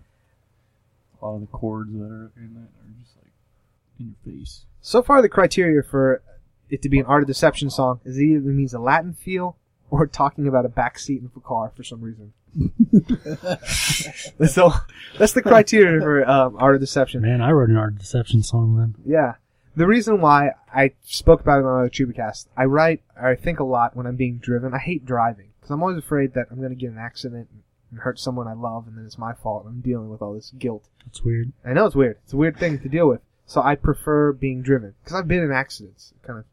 S4: a lot of the chords that are in it are just like in your face.
S1: So far, the criteria for it to be an art of deception song is it either needs a Latin feel or talking about a backseat in a car for some reason. that's the that's the criteria for um, art of deception.
S2: Man, I wrote an art of deception song then.
S1: Yeah. The reason why I spoke about it on another Tubacast, I write or I think a lot when I'm being driven. I hate driving because I'm always afraid that I'm going to get in an accident and hurt someone I love, and then it's my fault. and I'm dealing with all this guilt.
S2: That's weird.
S1: I know it's weird. It's a weird thing to deal with. So I prefer being driven because I've been in accidents. Kind of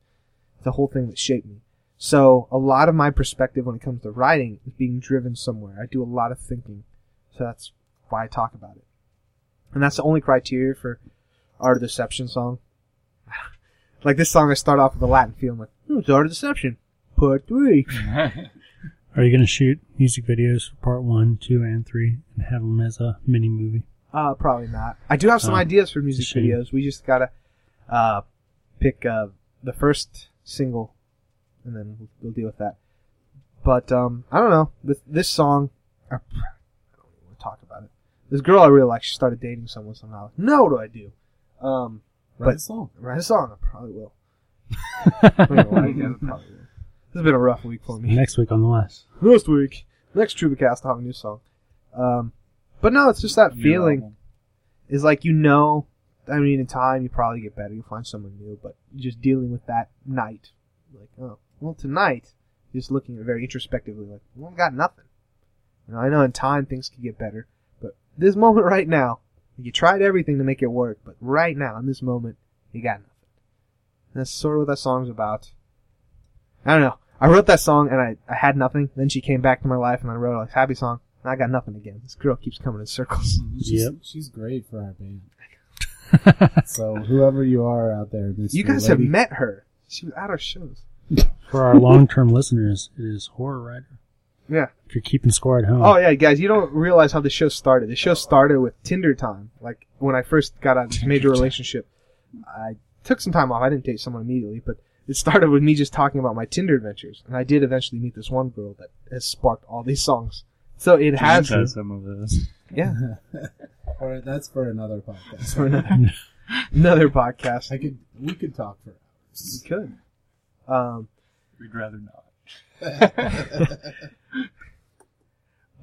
S1: the whole thing that shaped me. So a lot of my perspective when it comes to writing is being driven somewhere. I do a lot of thinking, so that's why I talk about it. And that's the only criteria for art of deception song. like this song, I start off with a Latin feel. I'm like, hmm, it's art of deception, part three.
S2: Are you going to shoot music videos for part one, two, and three and have them as a mini movie?
S1: Uh, probably not. I do have some
S2: Oh,
S1: ideas for music
S2: it's a shame.
S1: videos. We just gotta uh, pick uh, the first single, and then we'll, we'll deal with that. But um, I don't know. With this song, I don't even want to talk about it. This girl I really like, she started dating someone somehow. No, what do I do? Um,
S3: Write
S1: But-
S3: a song.
S1: write a song. I probably will. I don't know why, yeah, I probably will. This has been a rough week for me
S2: Next week on the list.
S1: next week, next Trubacast, I'll have a new song. Um, but no, it's just that
S4: New
S1: feeling
S4: album.
S1: is like you know. I mean, in time you probably get better, you find someone new, but just dealing with that night, like oh, well tonight, just looking at it very introspectively, like well, I got nothing. You know, I know in time things could get better, but this moment right now, you tried everything to make it work, but right now in this moment, you got nothing. And that's sort of what that song's about. I don't know. I wrote that song and I, I had nothing. Then she came back to my life and I wrote a happy song. And I got nothing again. This girl keeps coming in circles.
S3: She's,
S2: Yep.
S3: she's great for our band. so whoever you are out there, this
S1: You guys have
S3: lady,
S1: met her. She was at our shows.
S2: For our long term listeners, it is Horror Rider.
S1: Yeah.
S2: If you're keeping score at home,
S1: Oh yeah, guys, you don't realize how the show started. The show started with Tinder time. Like when I first got out of this major relationship, I took some time off. I didn't date someone immediately, but it started with me just talking about my Tinder adventures. And I did eventually meet this one girl that has sparked all these songs. So it
S4: Jen
S1: has,
S4: does some of those.
S1: yeah,
S3: or that's for another podcast.
S1: for another, another podcast.
S3: I could, we could talk for hours.
S1: could. Um,
S4: We'd rather not.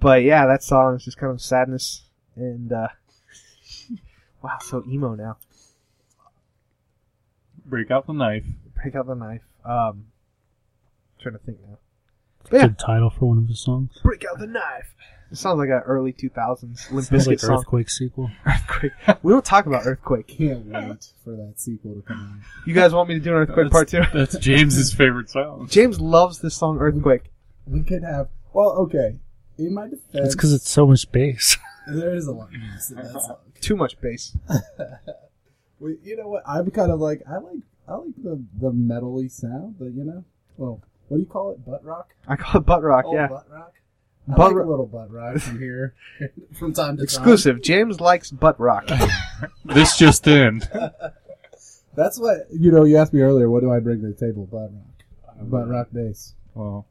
S1: but yeah, that song is just kind of sadness and uh, wow, so emo now.
S4: Break out the knife.
S1: Break out the knife. Um, trying to think now.
S2: good
S1: yeah.
S2: title for one of his songs.
S1: Break out the knife. It sounds like an early 2000s Limp
S2: Sounds
S1: Bizkit
S2: like
S1: song.
S2: Earthquake sequel.
S1: Earthquake. We don't talk about earthquake.
S3: Can't wait for that sequel to come
S1: You guys want me to do an earthquake
S4: That's-
S1: part two?
S4: That's James's favorite song.
S1: James loves this song, Earthquake.
S3: out. We could have. Well, okay. In my
S2: That's
S3: defense,
S2: because it's so much bass.
S3: there is a lot of bass in that song.
S1: Too much bass.
S3: Well, you know what? I'm kind of like I like I like the the metally sound, but you know, well, what do you call it? Butt rock.
S1: I call it butt rock.
S3: Oh,
S1: yeah,
S3: butt rock. I
S1: Butt
S3: like
S1: rock-
S3: a little butt rock from here, from time to time.
S1: exclusive. James likes butt rock.
S4: This just in.
S3: That's what you know. You asked me earlier. What do I bring to the table? Butt rock.
S4: Uh,
S3: Butt rock bass.
S4: Well,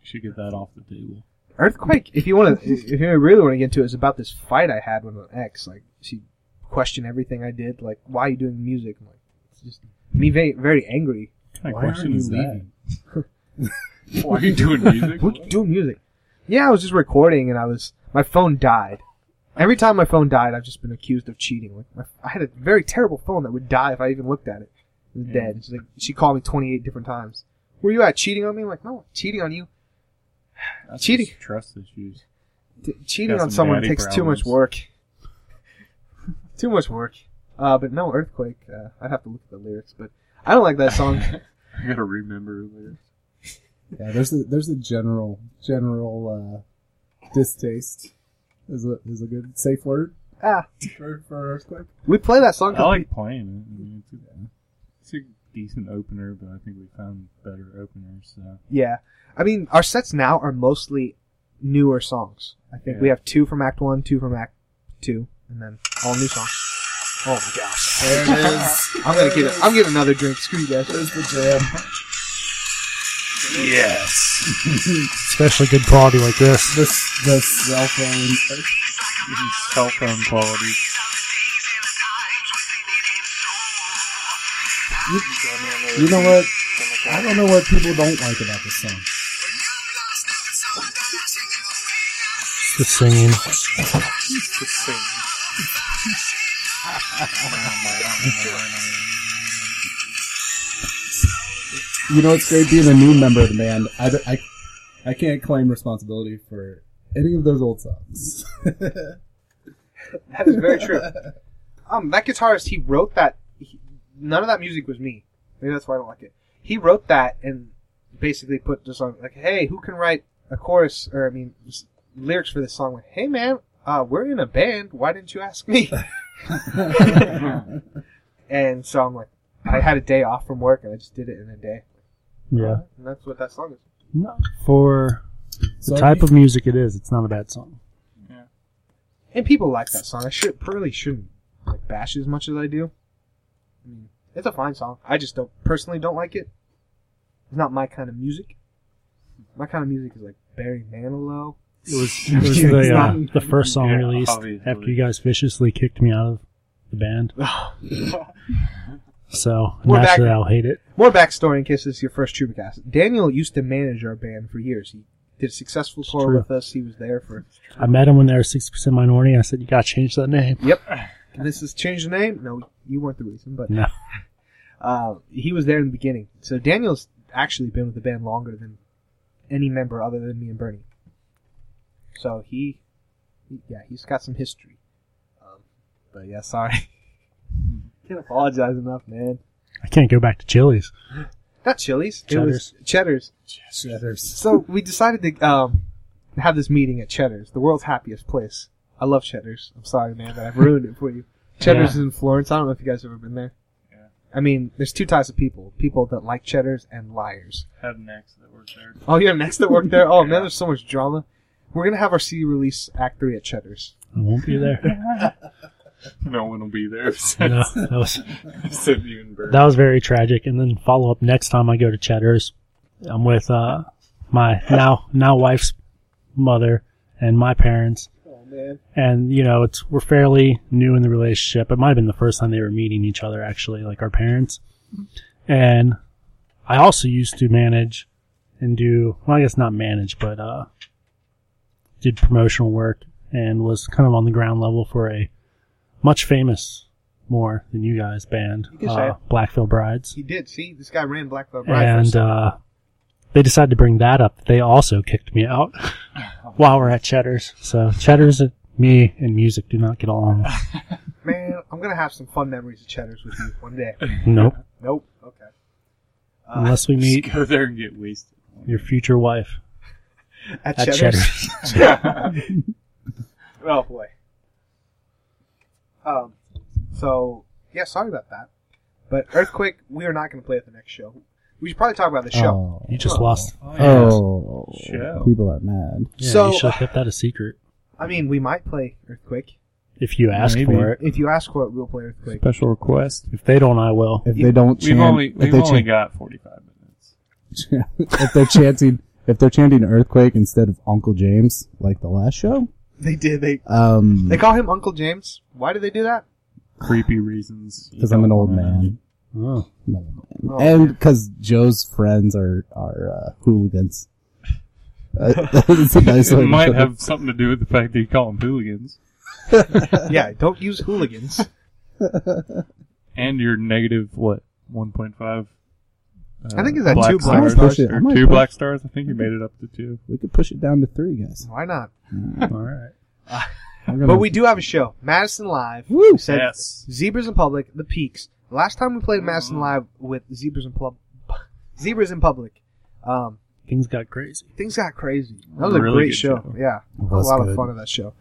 S4: you should get that off the table.
S1: Earthquake, if you want to, if you really want to get into it, is about this fight I had with an ex. Like, she questioned everything I did. Like, why are you doing music? I'm like, it's just me very, very angry.
S4: What kind of
S3: Why are
S4: question
S3: you
S4: is that?
S3: leaving?
S4: Why are you doing music?
S1: What you doing music? Yeah, I was just recording and I was, my phone died. Every time my phone died, I've just been accused of cheating. Like, my, I had a very terrible phone that would die if I even looked at it. It was
S4: Yeah.
S1: dead. She's like, she called me 28 different times. Were you at cheating on me? I'm like, no, cheating on you.
S4: That's
S1: Cheating.
S4: just Trust issues.
S1: T- cheating
S4: Got
S1: on
S4: some
S1: someone
S4: daddy
S1: takes too much
S4: problems.
S1: work. too much work. Uh, but no, Earthquake. Uh, I'd have to look at the lyrics, but I don't like that song.
S4: I gotta remember later.
S3: Yeah, there's a there's a general general uh, distaste is a is a good safe word
S1: ah,
S3: for, for earthquake.
S1: we play that song. 'cause
S4: I like playing it. I mean, it's, a, it's a decent opener, but I think we found better openers. So
S1: we- yeah, I mean, our sets now are mostly newer songs. I think we
S4: Yeah.
S1: have two from Act One, two from Act Two, and then all new songs. Oh my gosh!
S3: There it is.
S1: I'm gonna get. I'm getting another drink. Screw you guys.
S3: There's the jam.
S4: yes,
S2: Especially good quality like this.
S3: The the cell phone.
S4: this is cell phone quality.
S3: You know what? I don't know what people don't like about this song.
S2: The singing.
S3: Oh, You know, it's great being a new member of the band. I, d- I, I can't claim responsibility for any of those old songs.
S1: That is very true. Um, that guitarist, he wrote that. He, none of that music was me. Maybe that's why I don't like it. He wrote that and basically put the song like, "Hey, who can write a chorus or I mean s- lyrics for this song?" Like, "Hey, man, uh, we're in a band. Why didn't you ask me?" and so I'm like, I had a day off from work and I just did it in a day.
S2: Yeah.
S1: and that's what that song is.
S2: No, for
S3: So
S2: the
S3: I
S2: type
S3: think-
S2: of music it is, it's not a bad song.
S1: And people like that song. I should probably shouldn't like bash it as much as I do. I mean, it's a fine song. I just don't personally don't like it. It's not my kind of music. My kind of music is like Barry Manilow.
S2: It was, it was
S1: It's
S2: the, uh,
S1: not-
S2: the first song
S4: Yeah,
S2: released
S4: obviously.
S2: after you guys viciously kicked me out of the band. So
S1: We're back.
S2: naturally, I'll hate it.
S1: More backstory in case this is your first Trubacast. Daniel used to manage our band for years. He did a successful tour
S2: true.
S1: with us. He was there for.
S2: I met him when they were 60% minority. I said, You got to change that name.
S1: Yep. This is change the name. No, you weren't the reason, but
S2: No.
S1: uh, he was there in the beginning. So Daniel's actually been with the band longer than any member other than me and Bernie. So he, yeah, he's got some history. Um, but yeah, sorry. Can't apologize enough, man.
S2: I can't go back to Chili's.
S1: Not Chili's. It was Cheddar's.
S3: Cheddars.
S1: So we decided to um, have this meeting at Cheddar's, the world's happiest place. I love Cheddar's. I'm sorry, man, that I've ruined it for you. Cheddar's is in Florence. I don't know if you guys have ever been there.
S4: Yeah.
S1: I mean, there's two types of people: people that like Cheddar's and liars.
S4: Had an ex that worked there.
S1: Oh, you have next that work there. Oh man, there's so much drama. We're gonna have our CD release Act Three at Cheddar's.
S2: I won't be there.
S4: No one will be there except
S2: no, that was
S4: except you and Bert.
S2: that was very tragic. And then follow up next time I go to Cheddar's, I'm with uh, my now now wife's mother and my parents.
S1: Oh man.
S2: And you know, it's we're fairly new in the relationship. It might have been the first time they were meeting each other, actually, like our parents. And I also used to manage and do well, I guess not manage, but uh, did promotional work and was kind of on the ground level for a much famous more than you guys band,
S1: You can say
S2: uh, Blackfield Brides
S1: He did. See, this guy ran Black Belt Bride
S2: and
S1: first.
S2: uh, they decided to bring that up. They also kicked me out while we're at Cheddar's. So Cheddar's, and me, and music do not get along.
S1: man, I'm gonna have some fun memories of Cheddar's with you one day.
S2: Nope.
S1: nope. Okay.
S2: Unless we
S4: Just
S2: meet
S4: go there and get wasted.
S2: your future wife
S1: At,
S2: at
S1: Cheddar's.
S2: Cheddar's.
S1: Oh boy. Um. So yeah, sorry about that. But earthquake, we are not gonna play at the next show. We should probably talk about the show.
S2: Oh. You just lost.
S4: Oh,
S3: Oh,
S4: Show.
S3: people are mad.
S2: Yeah,
S1: So-
S2: you should have kept that a secret.
S1: I mean, we might play earthquake
S2: If you ask
S4: Maybe.
S2: for it.
S1: if you ask for it. We'll play earthquake.
S4: Special request.
S2: If they don't, I will.
S3: If they don't
S4: We've
S3: chant,
S4: only
S3: if,
S4: we've
S3: they
S4: only
S3: chant,
S4: got forty five minutes.
S3: if they're chanting, if they're chanting earthquake instead of Uncle James, like the last show,
S1: They did. They
S3: um,
S1: they call him Uncle James. Why do they do that?
S4: Creepy reasons. You
S3: because I'm an
S4: don't
S3: old
S4: wanna-
S3: man.
S2: Oh.
S3: I'm an old man.
S1: Oh,
S3: and because Joe's friends are are uh, hooligans. Uh, it's a nice way
S4: It
S3: to
S4: might
S3: put it.
S4: have something to do with the fact that you call them hooligans
S1: yeah, don't use hooligans.
S4: and your negative what one point five Uh,
S1: I think it's at
S4: black
S1: two
S3: black
S4: stars,
S3: stars. I
S4: or
S3: might
S4: two
S3: push-
S4: black stars. I think he made it up to two.
S3: We could push it down to three, guys.
S1: Why not?
S4: Hmm.
S2: All right.
S3: We're gonna-
S1: But we do have a show, Madison Live.
S3: Woo!
S1: We said
S4: Yes.
S1: Zebras in Public, The Peaks. Last time we played Madison Live with Zebras in Public, Zebras in Public, um,
S2: Things got crazy.
S1: things got crazy. That was a
S4: Really
S1: great
S4: good
S1: show.
S4: show.
S1: Yeah,
S3: It
S1: a
S3: was
S1: lot of
S3: good.
S1: fun on that show.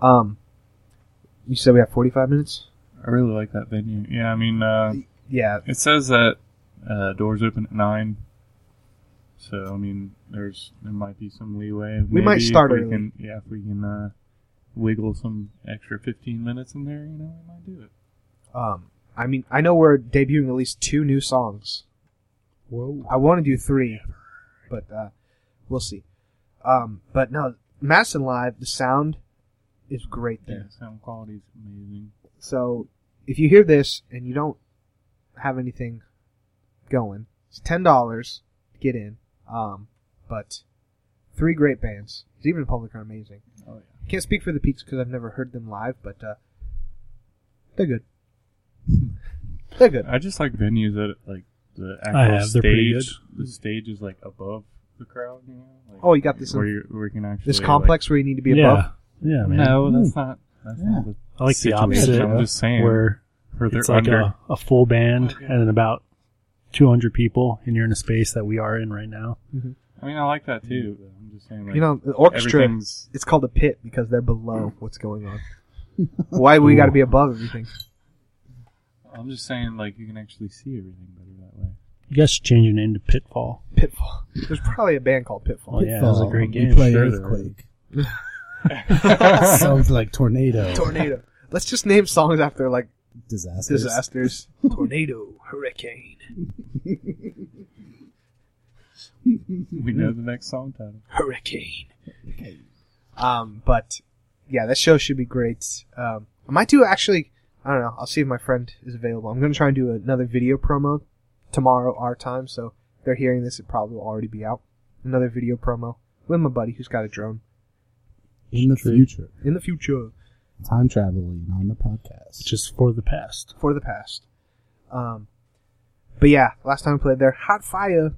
S1: Um, you said we have forty-five minutes.
S4: I really like that venue. Yeah, I mean, uh,
S1: Yeah,
S4: it says that uh, doors open at nine. So I mean, there's there might be some leeway.
S1: We might
S4: Maybe if
S1: start
S4: we
S1: early.
S4: Can, yeah, if we can uh, wiggle some extra fifteen minutes in there, you know, we might do it.
S1: Um, I mean, I know we're debuting at least two new songs.
S2: Whoa.
S1: I want to do three, but uh, we'll see. Um, but no, Madison Live, the sound is great
S4: Yeah,
S1: there.
S4: sound quality's amazing.
S1: So if you hear this and you don't have anything going, it's ten dollars to get in. Um, but three great bands. Zebra and Public are amazing.
S4: Oh
S1: Can't speak for the Peaks because I've never heard them live, but uh, they're good. They're good.
S4: yeah. I just like venues that like the actual
S2: I have,
S4: stage.
S2: they're pretty
S4: The stage is like above the crowd, you know. Like,
S1: Oh, you got this
S4: Where,
S1: in-
S4: you, where you can actually
S1: This
S4: like-
S1: complex where you need to be
S2: yeah.
S1: above.
S2: Yeah, man.
S4: no, that's not. That's not the
S2: I like the
S4: situation.
S2: opposite.
S4: I'm just saying.
S2: Where
S4: where they're
S2: it's like
S4: under.
S2: a, a full band
S4: Okay.
S2: and then about 200 people, and you're in a space that we are in right now.
S4: I mean, I like that too. but I'm just saying, like,
S1: You know, the orchestra,
S4: everything's Mm.
S1: it's called a pit because they're below what's going on. Why we got to be above everything?
S4: I'm just saying, like, you can actually see everything better that way.
S2: You guys should change your name to Pitfall.
S1: Pitfall. There's probably a band called Pitfall.
S2: Oh, yeah, that was a great game.
S3: We play
S4: Sure there
S3: earthquake. Sounds like tornado.
S1: Tornado. Let's just name songs after like
S3: disasters.
S1: disasters. Tornado, hurricane,
S4: We know
S1: Mm.
S4: the next song title.
S1: hurricane. Um, but yeah, that show should be great. Um, I might do actually. I don't know. I'll see if my friend is available. I'm gonna try and do another video promo tomorrow our time. So if they're hearing this, it probably will already be out. Another video promo with my buddy who's got a drone
S3: In the future.
S1: in the future.
S3: Time traveling on the podcast.
S2: Just for the past.
S1: for the past. Um, but yeah, last time we played there, Hot Fire.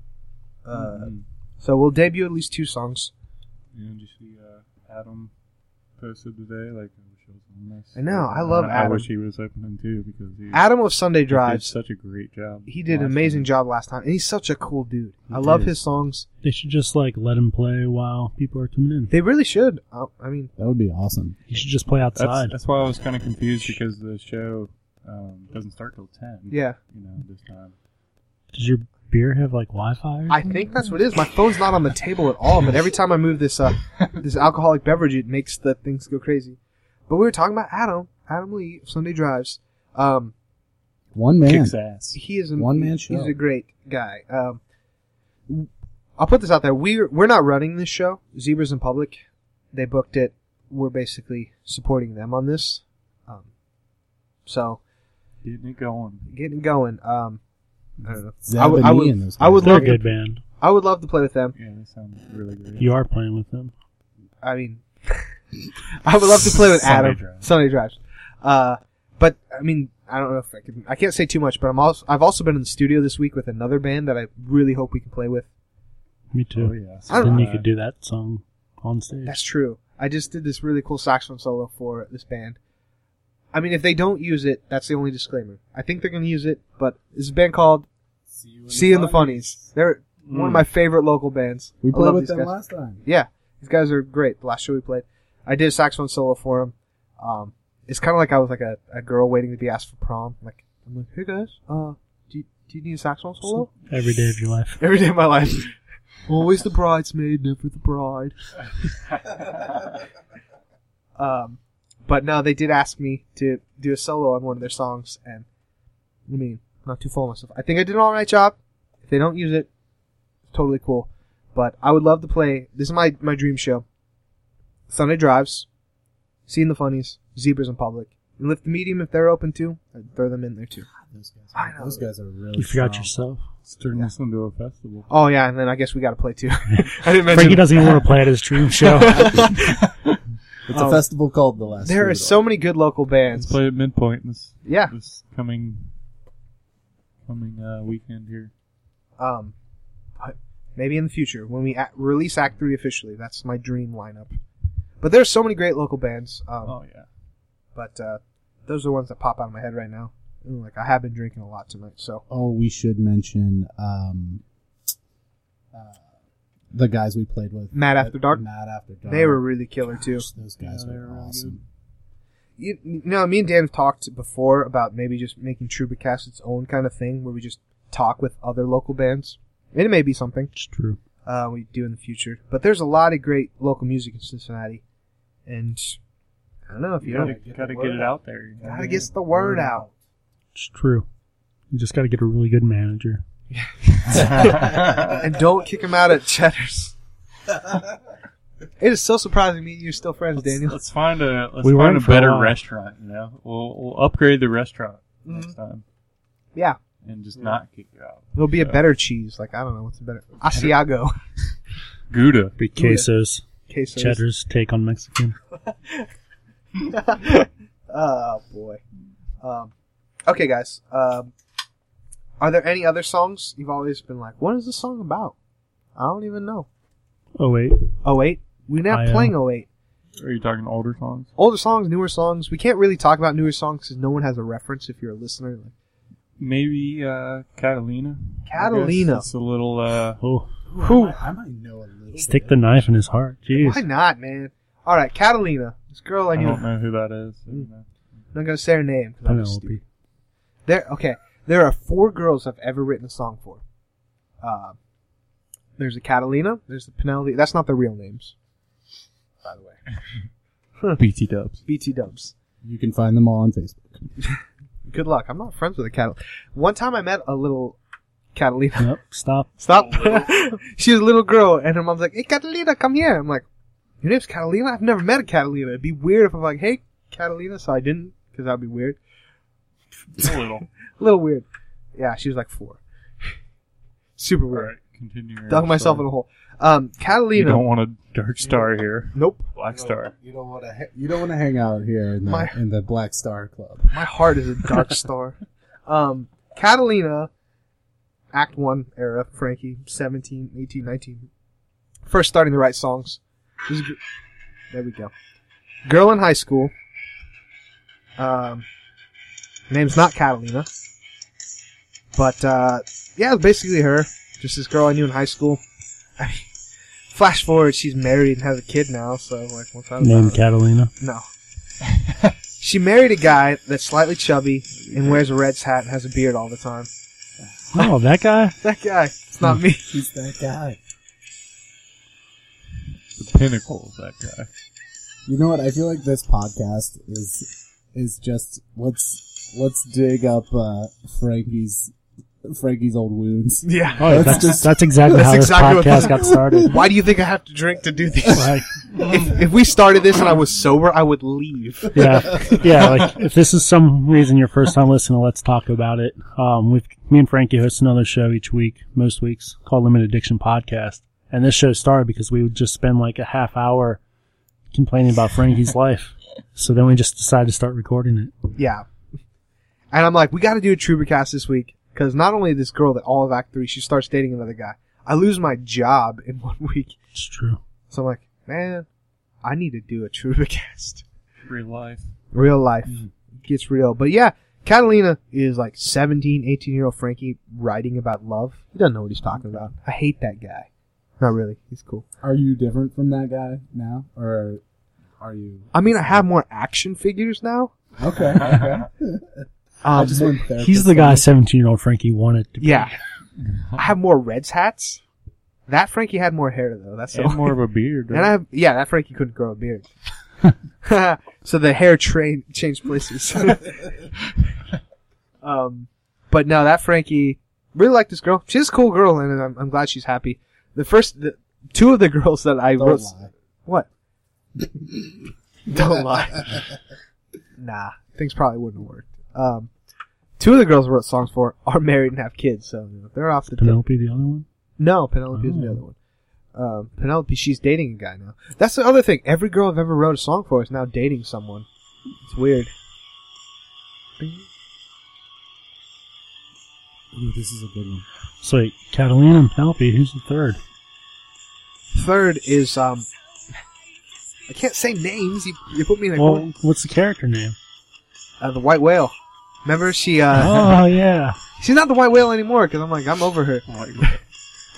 S1: Uh,
S4: Mhm.
S1: So we'll debut at least two songs.
S4: You know, did you see uh, Adam posted today? Like, I wish I was on this.
S1: I know, I love
S4: I
S1: Adam.
S4: wish he was opening too because he,
S1: Adam of Sunday
S4: he did
S1: Drives.
S4: such a great job.
S1: He did an
S4: last
S1: amazing
S4: time.
S1: job last time, and he's such a cool dude.
S4: He
S1: I love
S4: did.
S1: his songs.
S2: They should just like let him play while people are tuning in.
S1: They really should. Uh, I mean,
S3: That would be awesome.
S2: You should just play outside.
S4: That's, that's why I was kind of confused because the show um, doesn't start till ten.
S1: yeah.
S4: you know this time.
S2: Does your beer have like Wi-Fi?
S1: I think that's what it is. My phone's not on the table at all, but every time I move this uh, this alcoholic beverage, it makes the things go crazy. But we were talking about Adam, Adam Lee, of Sunday Drives. Um,
S3: One man.
S4: Kicks ass.
S1: he is a
S3: One man
S1: he's
S3: show.
S1: a great guy. Um, I'll put this out there. We're we're not running this show. Zebras in Public, they booked it. We're basically supporting them on this. Um, so
S4: Getting it going.
S1: getting going. Um, I don't know.
S3: Zeb
S1: I would,
S3: and
S1: I would,
S3: Ian, those
S1: I would
S2: They're a
S1: love
S2: good
S1: to,
S2: band.
S1: I would love to play with them.
S4: Yeah, that sounds really great.
S2: You are playing with them.
S1: I mean, I would love to play with
S4: Sunday
S1: Adam.
S4: drives.
S1: Sunday drives. Uh, but I mean, I don't know if I can. I can't say too much. But I'm also. I've also been in the studio this week with another band that I really hope we can play with.
S2: Me too.
S4: Oh, yeah.
S1: I don't
S2: then
S1: know.
S2: you could do that song on stage.
S1: That's true. I just did this really cool saxophone solo for this band. I mean, if they don't use it, that's the only disclaimer. I think they're going to use it, but it's a band called
S3: See you
S1: See You in the Funnies. They're one of my favorite local bands.
S3: Hmm. We
S1: I love
S3: played with
S1: these
S3: them
S1: guys.
S3: last time.
S1: Yeah, these guys are great. The last show we played, I did a saxophone solo for them. Um, it's kind of like I was like a, a girl waiting to be asked for prom. Like I'm like, hey guys, uh, do you, do you need a saxophone solo?
S2: Every day of your life.
S1: Every day of my life, always the bridesmaid, never the bride. Um, but no, they did ask me to do a solo on one of their songs, and I mean, not too full of myself. I think I did an all right job. If they don't use it, totally cool. But I would love to play. This is my my dream show. Sunday drives, seeing the funnies, zebras in public, and lift the medium if they're open too. I'd throw them in there too.
S3: Those guys,
S1: I know.
S3: those guys are really.
S2: You forgot
S3: strong.
S2: yourself.
S4: Let's turn this into a festival.
S1: Oh yeah, and then I guess we got to play too. I didn't mention.
S2: Frankie doesn't even want to play at his dream show.
S3: It's
S1: Um,
S3: a festival called the last.
S1: there are
S3: Resort.
S1: so many good local
S4: Let's
S1: bands.
S4: play at midpoint this
S1: Yeah.
S4: this coming coming uh, weekend here.
S1: Um, but maybe in the future when we a release Act Three officially, that's my dream lineup. But there's so many great local bands. Um,
S4: Oh yeah.
S1: but uh, those are the ones that pop out of my head right now. Ooh, Like I have been drinking a lot tonight, so
S3: Oh, we should mention um, uh, the guys we played with.
S1: Mad After Dark?
S3: Mad After Dark.
S1: they were really killer too.
S3: Gosh, Those guys
S4: Yeah, they were
S3: were
S4: really
S3: awesome.
S1: You, you know, me and Dan have talked before about maybe just making Trubacast its own kind of thing, where we just talk with other local bands. And it may be something
S2: It's true.
S1: uh, we do in the future. But there's a lot of great local music in Cincinnati, and I don't know if you
S4: You
S1: don't.
S4: gotta, gotta get it out there. you know?
S1: Gotta get the word out.
S2: It's true. You just got to get a really good manager.
S1: and don't kick him out at Cheddar's. it is so surprising me and you're still friends, Daniel.
S4: Let's find a let's
S2: We
S4: find
S2: weren't
S4: a
S2: for a
S4: better
S2: while.
S4: restaurant. You know, we'll we'll upgrade the restaurant next time
S1: Mm-hmm. Yeah,
S4: and just not kick you out.
S1: it'll be a
S4: Yeah.
S1: better cheese. Like I don't know what's a better Asiago
S4: Gouda.
S2: Be quesos,
S1: queso.
S2: cheddar's take on Mexican.
S1: oh boy. Um, okay, guys. Um, are there any other songs you've always been like, "What is this song about?" I don't even know.
S2: Oh wait,
S1: Oh wait, we're not
S2: I, uh,
S1: playing. Oh wait,
S4: Are you talking older songs?
S1: older songs, newer songs. We can't really talk about newer songs because no one has a reference. If you're a listener, like,
S4: Maybe uh, Catalina. I guess.
S1: Catalina.
S4: It's a little. Uh,
S2: oh,
S1: who?
S3: I might know a little.
S2: stick the knife in his heart.
S1: Why
S2: Jeez,
S1: not, man? All right, Catalina. This girl I
S4: I
S1: knew.
S4: don't
S1: I'm
S4: know who that is. you know.
S1: not gonna say her name. 'cause I'm stupid.
S2: Penelope.
S1: There, okay. There are four girls I've ever written a song for. Uh, there's the Catalina. There's the Penelope. That's not their real names, by the way. Hmm.
S4: BT Dubs.
S1: BT Dubs.
S3: You can find them all on Facebook.
S1: Good luck. I'm not friends with a Catalina. One time I met a little Catalina.
S2: Nope. Stop.
S1: Stop. she was a little girl, and her mom's like, "Hey, Catalina, come here." I'm like, "Your name's Catalina? I've never met a Catalina. It'd be weird if I'm like, hey, Catalina." So I didn't, because that'd be weird.
S4: A little.
S1: A little weird. Yeah, she was like four. Super
S4: All
S1: weird.
S4: right, continue. your
S1: Dug myself
S4: story.
S1: in a hole. Um,
S4: You
S1: Catalina.
S4: don't want a dark star here.
S1: Nope.
S4: Black star.
S3: You don't want to. Ha- you don't want to hang out here in the,
S1: My-
S3: in the Black Star Club.
S1: My heart is a dark star. Um, Catalina, Act 1 era, Frankie, 17, 18, 19. First starting to write songs. This is gr- there we go. Girl in high school. Um, name's not Catalina. But, uh, yeah, basically her. Just this girl I knew in high school. I mean, flash forward, she's married and has a kid now, so, like, what's that
S2: Name
S1: about?
S2: Catalina.
S1: No. she married a guy that's slightly chubby and wears a Reds hat and has a beard all the time.
S2: Oh, that guy.
S1: That guy. It's not me.
S3: He's that guy.
S4: The pinnacle of that guy.
S3: You know what? I feel like this podcast is is just let's let's dig up uh, Frankie's Frankie's old wounds.
S1: Yeah.
S2: Oh,
S3: Let's
S2: that's
S3: just-
S2: that's exactly
S1: That's
S2: how this
S1: exactly what
S2: podcast got started.
S1: Why do you think I have to drink to do this?
S2: Like,
S1: if, if we started this and I was sober, I would leave.
S2: yeah, yeah. Like, if this is some reason your first time listening, let's talk about it. Um, we've me and Frankie host another show each week, most weeks, called Limited Addiction Podcast, and this show started because we would just spend like a half hour complaining about Frankie's life. So then we just decided to start recording it.
S1: Yeah. And I'm like, we got to do a Trubercast this week because not only this girl that all of Act 3, she starts dating another guy. I lose my job in one week.
S2: It's true.
S1: So I'm like, man, I need to do a Trubercast.
S4: Real life.
S1: real life gets real. But yeah, Catalina is like 17, 18 year old Frankie writing about love. He doesn't know what he's talking about. I hate that guy. Not really. He's cool.
S3: Are you different from that guy now, or are you?
S1: I mean, I have more action figures now.
S3: Okay. okay. I
S1: Um,
S3: just went therapist
S2: He's the guy
S3: on-
S2: seventeen-year-old Frankie wanted to. be.
S1: yeah. I have more Reds hats. That Frankie had more hair though. That's the
S4: And
S1: only-
S4: more of a beard.
S1: And I have, yeah, that Frankie couldn't grow a beard. so the hair train changed places. um, but no, that Frankie really liked this girl. She's a cool girl, and I'm, I'm glad she's happy. The first, the, two of the girls that I
S3: Don't
S1: wrote,
S3: lie.
S1: what? Don't lie. nah, things probably wouldn't have worked. Um, two of the girls I wrote songs for are married and have kids, so you know, they're off the table.
S2: Penelope, the other one.
S1: No, Penelope is the
S2: Oh.
S1: other one. Um, Penelope, she's dating a guy now. That's the other thing. Every girl I've ever wrote a song for is now dating someone. It's weird.
S3: Ooh, this is a good one.
S2: Sweet. Catalina and Penelope, who's the third?
S1: Third is um, I can't say names. You, you put me in a corner.
S2: Well, what's the character name?
S1: uh, the white whale. Remember she uh,
S2: Oh, yeah.
S1: she's not the white whale anymore because I'm like I'm over her.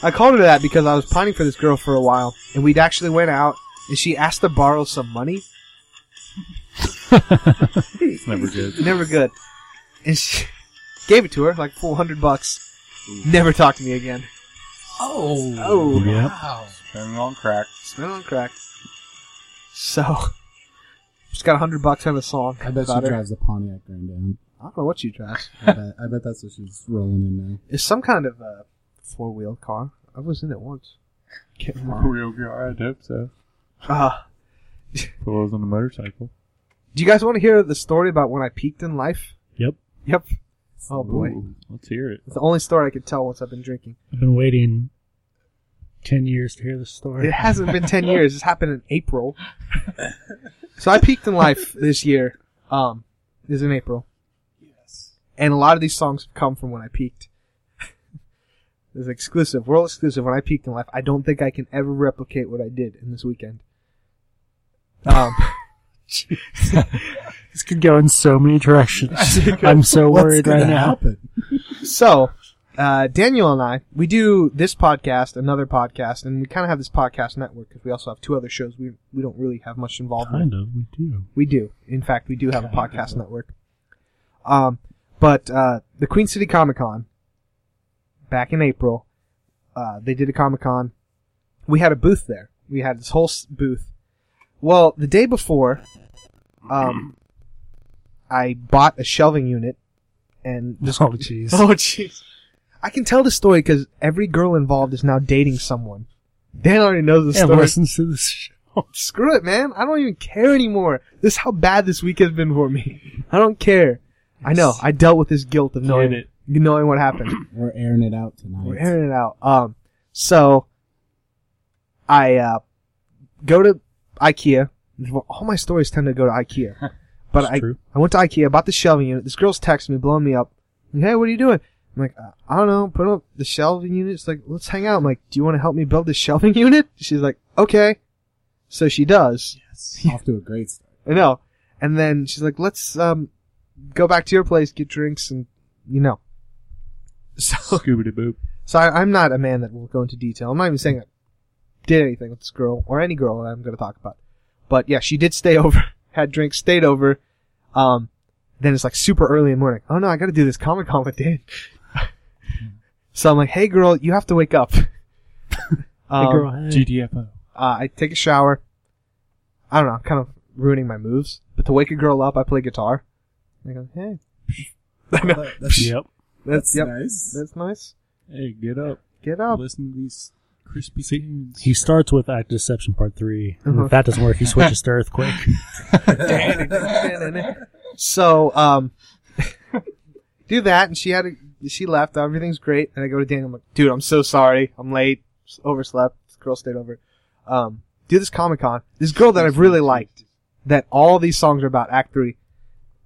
S1: I called her that because I was pining for this girl for a while, and we'd actually went out, and she asked to borrow some money.
S4: It's never good.
S1: Never good. And she gave it to her like 400 bucks. Never talked to me again.
S3: Oh,
S1: Oh.
S2: Yep.
S3: wow.
S4: Turn it on crack.
S1: Smell on crack. So, just got 100 bucks on a song.
S3: I bet
S1: about
S3: she
S1: her.
S3: drives a Pontiac Grand Am.
S1: I don't know what she drives.
S3: I bet, I bet that's what she's rolling in now.
S1: It's some kind of uh, four wheel car. I was in it once. Can't remember.
S4: Real car, I'd hope so.
S3: Uh-huh.
S1: Uh,
S4: Put those on the motorcycle.
S1: do you guys want to hear the story about when I peaked in life?
S2: Yep.
S1: Yep. Oh boy.
S4: Ooh, let's hear it.
S1: It's the only story I could tell once I've been drinking.
S2: I've been waiting 10 years to hear this story.
S1: It hasn't been 10 years. This happened in April. so I peaked in life this year. Um, is in April. Yes. And a lot of these songs have come from when I peaked. it's exclusive, world exclusive. When I peaked in life, I don't think I can ever replicate what I did in this weekend. Um,
S2: This could go in so many directions. I'm so
S3: What's
S2: worried
S3: gonna
S2: right now.
S3: happen?
S1: so uh, Daniel and I, we do this podcast, another podcast, and we kind of have this podcast network because we also have two other shows. We we don't really have much involvement.
S2: Kind of, we do.
S1: We do. In fact, we do have a podcast network. Um, but uh, the Queen City Comic Con back in April, uh, they did a Comic Con. We had a booth there. We had this whole s- booth. Well, the day before, um, I bought a shelving unit, and this
S2: Oh, jeez.
S1: Oh jeez. I can tell the story because every girl involved is now dating someone. Dan already knows the
S2: and
S1: story.
S2: listens to this show.
S1: Screw it, man. I don't even care anymore. This is how bad this week has been for me. I don't care. I know. I dealt with this guilt of knowing
S4: Get it.
S1: knowing what happened.
S3: We're airing it out tonight.
S1: We're airing it out. Um, so I uh, go to IKEA. All my stories tend to go to IKEA, but
S2: It's
S1: I
S2: true.
S1: I went to IKEA, bought the shelving unit. This girl's texting me, blowing me up. Hey, what are you doing? I'm like, uh, I don't know. Put up the shelving unit. It's like, let's hang out. I'm like, do you want to help me build this shelving unit? She's like, okay. So she does.
S3: Off to a great start.
S1: I know. And then she's like, let's um, go back to your place, get drinks, and you know. So,
S4: Scooby boop.
S1: so I, I'm not a man that will go into detail. I'm not even saying I did anything with this girl or any girl that I'm going to talk about. But yeah, she did stay over, had drinks, stayed over. Um, then it's like super early in the morning. Oh no, I got to do this Comic Con with Dan. so I'm like, hey girl, you have to wake up.
S2: hey,
S1: Um,
S2: girl, hey.
S4: GTFO.
S1: uh, I take a shower. I don't know. I'm kind of ruining my moves, but to wake a girl up, I play guitar. I go, hey,
S3: That- that's
S2: Yep.
S1: that's
S3: that's
S1: yep,
S3: nice.
S1: that's nice.
S4: Hey, get up.
S1: Get up.
S4: Listen to these crispy tunes.
S2: He starts with Act Deception Part 3. and
S1: Uh-huh.
S2: If that doesn't work, he switches to Earthquake.
S1: so, um, do that, and she had a, she left. Everything's great, and I go to Daniel. I'm like, dude, I'm so sorry. I'm late. Overslept. This girl stayed over. Um, do this Comic Con. This girl that I've really liked, that all these songs are about Act Three,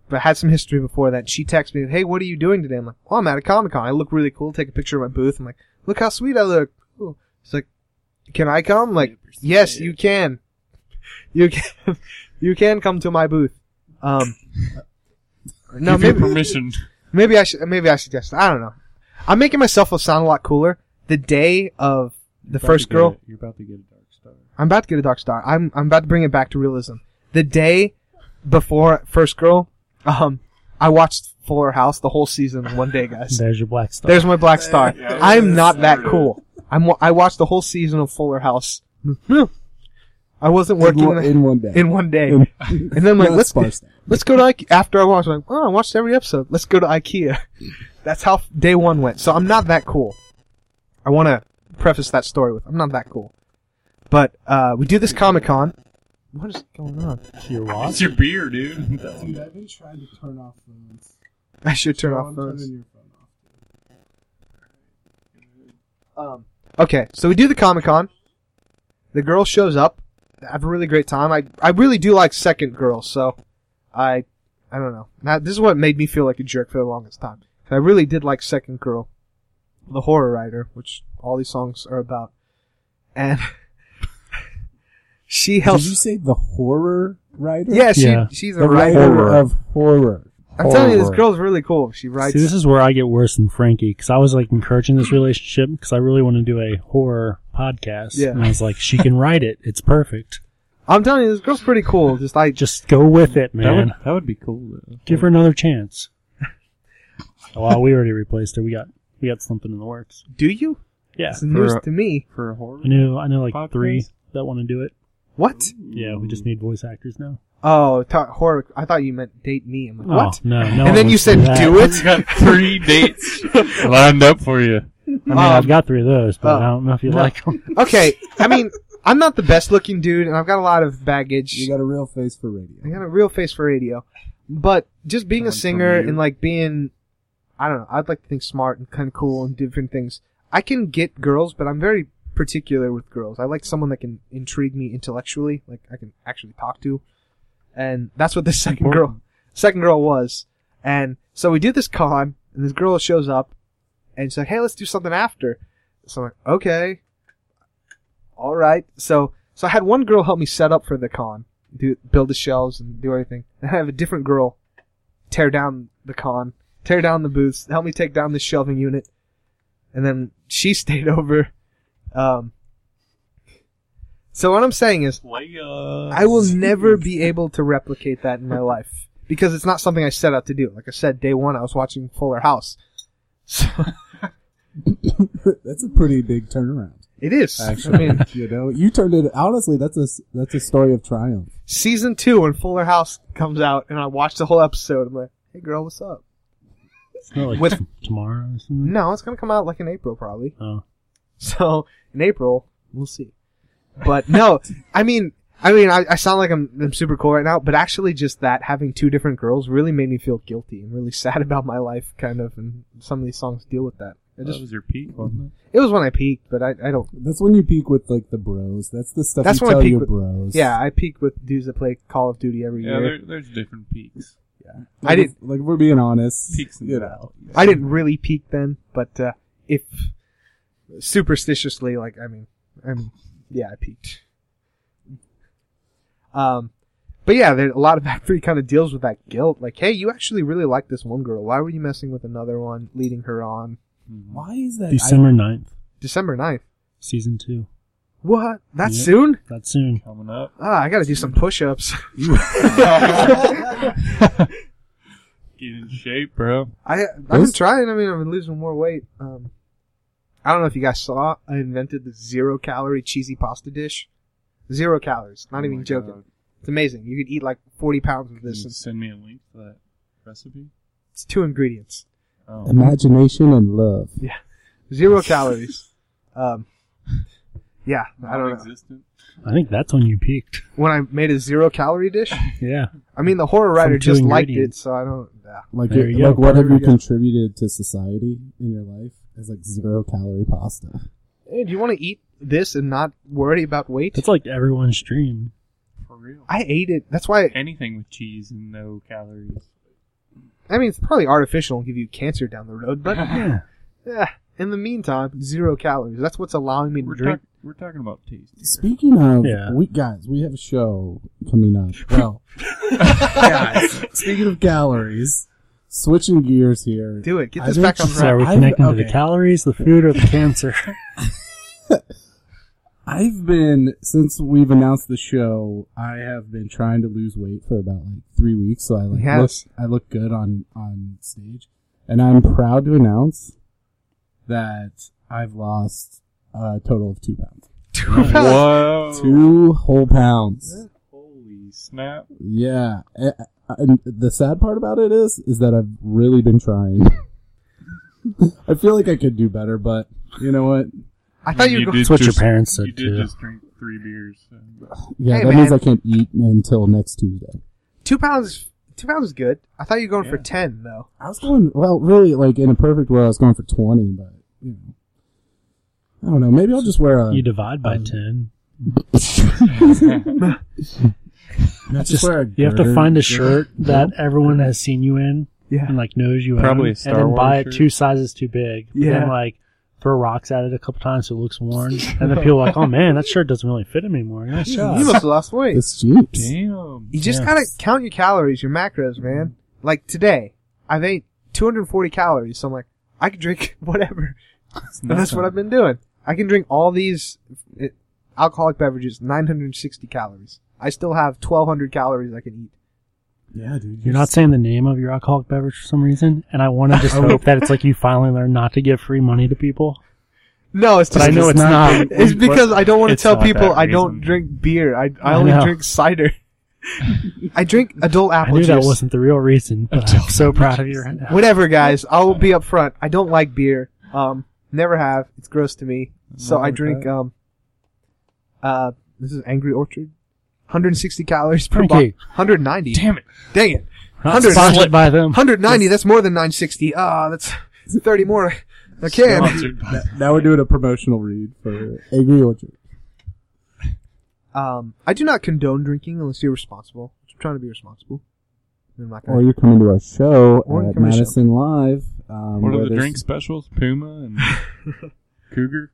S1: but had some history before that. She texted me, "Hey, what are you doing today?" I'm like, "Well, I'm at a Comic Con. I look really cool. Take a picture of my booth." I'm like, "Look how sweet I look." Cool. She's like, "Can I come?" I'm like, "Yes, you can. You can. you can come to my booth." Um, no,
S4: Give
S1: maybe
S4: you permission.
S1: maybe I should maybe I suggest. I don't know. I'm making myself sound a lot cooler. The day of the first
S4: You're
S1: girl,
S4: about to get a- You're about to get a dark star.
S1: I'm about to get a dark star. I'm I'm about to bring it back to realism. The day before First Girl, um, I watched Fuller House the whole season in one day, guys.
S2: There's your black star.
S1: There's my black star.
S4: Yeah,
S1: I'm
S4: that's
S1: not that
S4: true.
S1: cool. I'm wa- I watched the whole season of Fuller House. I wasn't working
S3: in,
S1: in,
S3: one- in one day.
S1: one day, and
S3: In-
S1: then I'm like
S3: No,
S1: let's
S3: sparse day.
S1: let's go to Ikea. after I watched. I'm like oh, I watched every episode. Let's go to IKEA. That's how day one went. So I'm not that cool. I want to preface that story with I'm not that cool. But uh, we do this Comic Con. What is going on?
S2: your
S4: It's
S2: watch.
S4: your beer, dude. That's
S3: Dude, I've been trying to turn off phones.
S1: I should turn
S3: Oh, I'm
S1: off
S3: turning
S1: those.
S3: your phone off.
S1: Um, okay, so we do the Comic Con. The girl shows up. I have a really great time. I I really do like second girl, so I I don't know. Now this is what made me feel like a jerk for the longest time. 'Cause I really did like second girl. the horror writer, which all these songs are about, and she
S3: Did you
S1: helps.
S3: say the horror writer?
S1: Yeah, she,
S2: Yeah.
S1: she's
S3: the
S1: a
S3: writer
S1: writer.
S3: of horror.
S1: I'm telling you, this
S3: Horror.
S1: girl's really cool. She writes.
S2: See, this is where I get worse than Frankie because I was like encouraging this relationship because I really want to do a horror podcast.
S1: Yeah.
S2: And I was like, she can write it. It's perfect.
S1: I'm telling you, this girl's pretty cool. Just I
S2: Just go with it,
S4: That would,
S2: man.
S4: that would be cool though.
S2: Give her another chance. well, we already replaced her. We got we got something in the works.
S1: do you.
S2: Yeah.
S1: It's news
S4: For a-
S1: to me.
S4: for a horror.
S2: I know I know like
S4: Podcast?
S2: three that want to do it.
S1: What?
S2: Yeah, we just need voice actors now.
S1: Oh, ta- horror. I thought you meant date me. I'm like, what?
S2: Oh, no, no. one
S1: and then you
S2: wants to
S1: said
S2: that.
S1: do it.
S4: We got three dates lined up for you.
S2: I mean,
S1: Um,
S2: I've got three of those, but
S1: oh,
S2: I don't know if you
S1: no.
S2: like 'em. like them.
S1: Okay, I mean, I'm not the best looking dude, and I've got a lot of baggage.
S3: You got a real face for radio.
S1: I got a real face for radio, but just being a
S4: Someone
S1: singer
S4: from you.
S1: and like being, I don't know. I'd like to think smart and kind of cool and different things. I can get girls, but I'm very particular with girls. I like someone that can intrigue me intellectually, like I can actually talk to, and that's what this second girl, second girl was. And so we did this con, and this girl shows up, and she's like, "Hey, let's do something after." So I'm like, "Okay, all right." So so I had one girl help me set up for the con, do build the shelves and do everything. And I have a different girl tear down the con, tear down the booths, help me take down the shelving unit, and then she stayed over. Um, so what I'm saying is, I will never be able to replicate that in my life because it's not something I set out to do. Like I said, day one I was watching Fuller House. So
S3: that's a pretty big turnaround.
S1: it is. I
S3: Actually,
S1: mean,
S3: you know, you turned it. Honestly, that's a s- that's a story of triumph.
S1: season two when Fuller House comes out, and I watched the whole episode. I'm like, hey girl, what's up?
S2: It's not like
S1: With- Mm.
S2: t- tomorrow or something.
S1: No, it's gonna come out like in April probably.
S2: Oh.
S1: So in April, we'll see. But no, I mean, I mean, I, I sound like I'm, I'm super cool right now, but actually, just that having two different girls really made me feel guilty and really sad about my life, kind of. And some of these songs deal with that. I
S4: That
S1: just,
S4: was your peak, wasn't it?
S1: it was when I peaked, but I, I don't.
S3: That's when you peak with like the bros. That's the stuff
S1: That's
S3: you
S1: when I
S3: tell
S1: peak
S3: your
S1: with-
S3: bros.
S1: Yeah, I peaked with dudes that play Call of Duty every
S4: Yeah,
S1: year.
S4: there, there's different peaks.
S1: I didn't-
S3: Like if we're being honest.
S4: Peaks and
S3: you know.
S4: valleys.
S1: I didn't really peak then, but uh, if superstitiously, like I mean, I'm yeah, I peaked. Um, but yeah, there, a lot of Act Three kind of deals with that guilt. Like, hey, you actually really like this one girl. Why were you messing with another one, leading her on?
S3: Why is that?
S2: December 9th,
S1: December 9th.
S2: season two.
S1: What? That
S2: Yep.
S1: soon?
S2: That's soon.
S4: Coming up.
S1: Ah, I gotta do some push-ups.
S4: Get in shape, bro.
S1: I I've been
S3: Those-
S1: trying. I mean, I've been losing more weight. Um, I don't know if you guys saw. I invented the zero calorie cheesy pasta dish. Zero calories. Not
S4: Oh
S1: even
S4: my
S1: joking.
S4: God. Mm.
S1: It's amazing. You could eat like forty pounds of
S4: Can
S1: this.
S4: you
S1: It's,
S4: send me a link to that recipe?
S1: it's two ingredients.
S3: I-
S4: Oh.
S3: imagination and love.
S1: Zero calories. Um, yeah, I don't know.
S4: Non-existent.
S2: I think that's when you peaked.
S1: When I made a zero calorie dish,
S2: Yeah.
S1: I mean the horror writer
S2: two
S1: just liked it,
S2: ingredients.
S1: so I don't. Yeah.
S3: Like,
S2: There
S3: your-
S2: you go.
S3: like what have
S1: There you
S3: you
S1: go.
S3: contributed to society in your life? It's like zero calorie pasta.
S1: Hey, do you want to eat this and not worry about weight?
S2: That's like everyone's dream.
S4: For real.
S1: I ate it. That's why.
S4: Anything with cheese and no calories.
S1: I mean, it's probably artificial and give you cancer down the road, but
S2: Yeah.
S1: Yeah. Eh, In the meantime, zero calories. That's what's allowing me to
S4: We're,
S1: drink.
S4: talk- we're talking about taste. here.
S3: Speaking of,
S2: Yeah.
S3: we guys, we have a show coming up. Well, guys, speaking of calories, switching gears here.
S1: Do it. Get
S3: I
S1: this
S3: think
S1: back on
S3: she's
S2: So are
S1: track.
S2: we
S3: I've-
S2: connecting to
S3: okay.
S2: the calories, the food, or the cancer?
S3: I've been since we've announced the show. I have been trying to lose weight for about like three weeks, so I like
S1: Yes.
S3: look, I look good on on stage, and I'm proud to announce that I've lost a total of two pounds,
S4: Whoa.
S3: two whole pounds.
S4: Holy snap.
S3: Yeah, and, and the sad part about it is, is that I've really been trying. I feel like I could do better, but you know what?
S1: I thought you were going
S4: did
S2: That's what your parents
S4: You
S2: said,
S4: did
S2: too.
S4: just drink three beers. so-
S3: Yeah,
S1: Hey,
S3: that means
S1: man.
S3: I can't eat until next Tuesday.
S1: two pounds. Two pounds is good. I thought you were going for ten though.
S3: I was going well, really, like in a perfect world, I was going for twenty, but you know, I don't know. Maybe I'll just wear a.
S2: You divide by 10.
S3: not
S2: Just, you have to find a shirt that everyone has seen you in
S1: Yeah.
S2: and like knows you
S4: Probably
S2: own,
S4: a Star
S2: and then buy
S4: Wars
S2: it
S4: shirt.
S2: two sizes too big. But
S1: Yeah.
S2: Then like throw rocks at it a couple times so it looks worn. And then people are like, oh man, that shirt doesn't really fit him anymore. Nice
S3: Yeah.
S1: You
S2: shot.
S1: must have lost weight.
S3: It's Jeeps.
S4: Damn.
S1: You just
S4: Yeah.
S1: gotta count your calories, your macros, man. Like today, I've ate 240 calories, so I'm like, I can drink whatever.
S4: It's
S1: And that's what
S4: nothing.
S1: I've been doing. I can drink all these uh, alcoholic beverages, 960 calories. I still have 1200 calories I can eat.
S3: Yeah, dude.
S2: You're not saying the name of your alcoholic beverage for some reason, and I want to just hope that it's like you finally learned not to give free money to people.
S1: No, it's
S2: But
S1: just
S2: I know it's not.
S1: It's because I don't want to
S4: It's
S1: tell
S4: not
S1: people
S4: that
S1: I don't
S4: reason.
S1: drink beer. I, I
S2: I
S1: only
S2: know.
S1: drink cider. I drink adult
S2: I
S1: apple
S2: knew
S1: juice.
S2: that wasn't the real reason, but I'm so proud of you right now.
S1: Whatever, guys. I'll be up front. I don't like beer. Um, never have. It's gross to me. So I
S3: Never
S1: drink
S3: had.
S1: um. Uh, this is Angry Orchard. 160 calories per
S2: Thank
S1: bottle.
S2: you.
S1: 190.
S4: Damn it.
S1: Dang it.
S2: Not
S1: 100
S2: sponsored by them.
S1: 190. That's more than 960. Ah, that's 30 more. Okay.
S4: Sponsored by-
S3: Now we're doing a promotional read for Angry Orchard.
S1: Um, I do not condone drinking unless you're responsible. I'm trying to be responsible. I'm not gonna-
S3: Or you're coming to our show
S1: Or you
S3: at
S1: come to our
S3: Madison Live. Um,
S4: What
S3: where
S4: are the
S3: there's-
S4: drink specials? Puma and Cougar?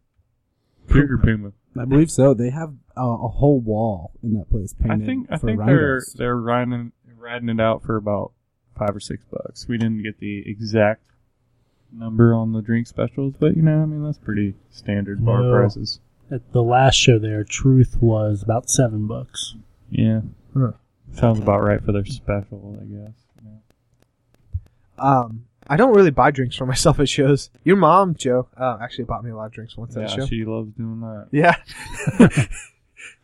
S4: Cougar Puma.
S3: I believe so. They have uh, a whole wall in that place
S4: I
S3: painted
S4: think I
S3: for
S4: think they're
S3: rhinos.
S4: they're riding riding it out for about five or six bucks. We didn't get the exact number on the drink specials, but you know, I mean that's pretty standard bar
S2: No.
S4: prices.
S2: At the last show there, Truth was about seven bucks.
S4: Yeah.
S1: Huh.
S4: Sounds about right for their special, I guess. Yeah.
S1: Um, I don't really buy drinks for myself at shows. Your mom, Joe, uh, actually bought me a lot of drinks once at a
S4: Yeah,
S1: show.
S4: she loves doing that.
S1: yeah.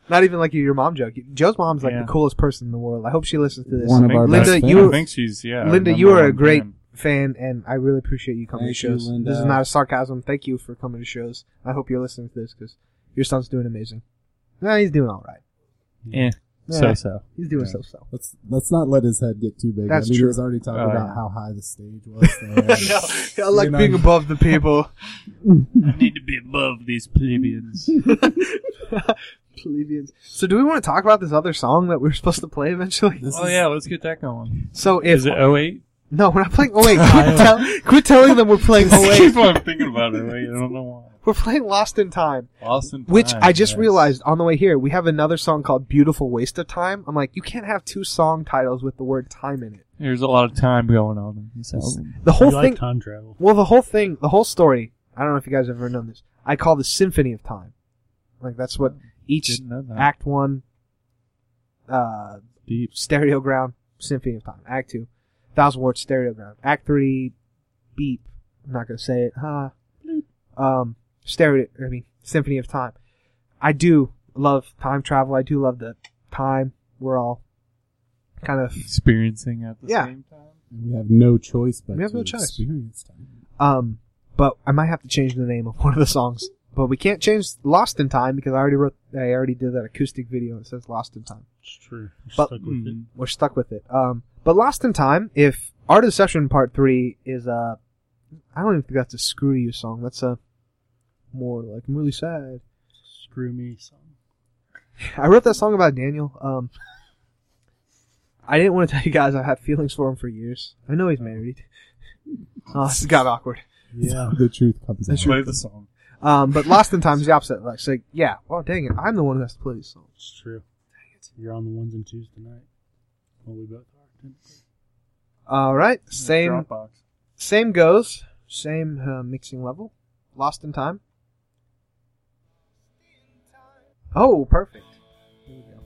S1: Not even like your mom, Joe. Joe's mom's like
S4: Yeah.
S1: the coolest person in the world. I hope she listens to this.
S3: One of
S4: I
S3: our
S4: think-
S1: Linda,
S3: best
S1: you-
S4: I
S3: fans.
S4: think she's yeah.
S1: Linda,
S4: number
S1: you are a
S4: one
S1: great fan,
S4: fan.
S1: and I really appreciate you coming
S3: Thank
S1: to
S3: you,
S1: shows.
S3: Linda.
S1: this is not a sarcasm. Thank you for coming to shows. I hope you're listening to this because your son's doing amazing. No, he's doing all right.
S4: Yeah.
S1: Yeah.
S4: So so.
S1: He's doing
S4: Yeah.
S1: so so.
S3: Let's let's not let his head get too big.
S1: That's
S3: I mean,
S1: true.
S3: He was already talking
S4: Oh,
S3: about
S4: yeah.
S3: how high the stage was. There.
S1: I like
S3: You know.
S1: being above the people.
S4: I need to be above these plebeians.
S1: Plebeians. So, do we want to talk about this other song that we are supposed to play eventually?
S4: oh yeah, let's get that going.
S1: So, if
S4: Is it 08?
S1: No, we're not playing. Oh wait, quit, tell, quit telling them we're playing. Oh
S4: I
S1: wait,
S4: keep on thinking about 08. I don't know why.
S1: we're playing Lost in Time,
S4: Austin,
S1: which I just realized on the way here we have another song called "Beautiful Waste of Time." I'm like, you can't have two song titles with the word time in it.
S4: There's a lot of time going on in this album.
S1: The
S2: You
S1: whole
S2: like
S1: thing.
S2: time travel.
S1: Well, the whole thing, the whole story. I don't know if you guys have ever known this. I call the Symphony of Time. Like that's what each
S4: Oh, Didn't know that.
S1: Act One, uh,
S4: Deep.
S1: Stereo Ground, Symphony of Time. Act Two, Thousand Words, Stereo Ground. Act Three, Beep. I'm not gonna say it. Huh. Um, Stereo. I mean, Symphony of Time. I do love time travel. I do love the time we're all kind of.
S4: Experiencing at the
S1: Yeah.
S4: same time.
S3: we have no choice but
S1: We have
S3: to
S1: no choice.
S3: experience time.
S1: Um, but I might have to change the name of one of the songs. But we can't change Lost in Time because I already wrote. I already did that acoustic video. It says Lost in Time.
S2: It's true.
S1: But-
S2: Stuck with it.
S4: Mm.
S1: we're stuck with it. Um, but Lost in Time, if Art of Deception Part Three is a, I don't even think that's a Screw You song. That's a more like I'm really sad.
S2: Screw me. Son.
S1: I wrote that song about Daniel. Um, I didn't want to tell you guys I had feelings for him for years. I know he's married. Oh, this got awkward.
S2: Yeah.
S3: the truth comes out.
S4: Play the song.
S1: Um, but Lost in Time is the opposite. Like, it's like, yeah, well, dang it, I'm the one who has to play these songs.
S2: It's true. You're on the ones and twos tonight. Well, we both are.
S1: All right, same
S4: Dropbox.
S1: Same goes. Same uh, mixing level. Lost in time. Oh, perfect. Here we go.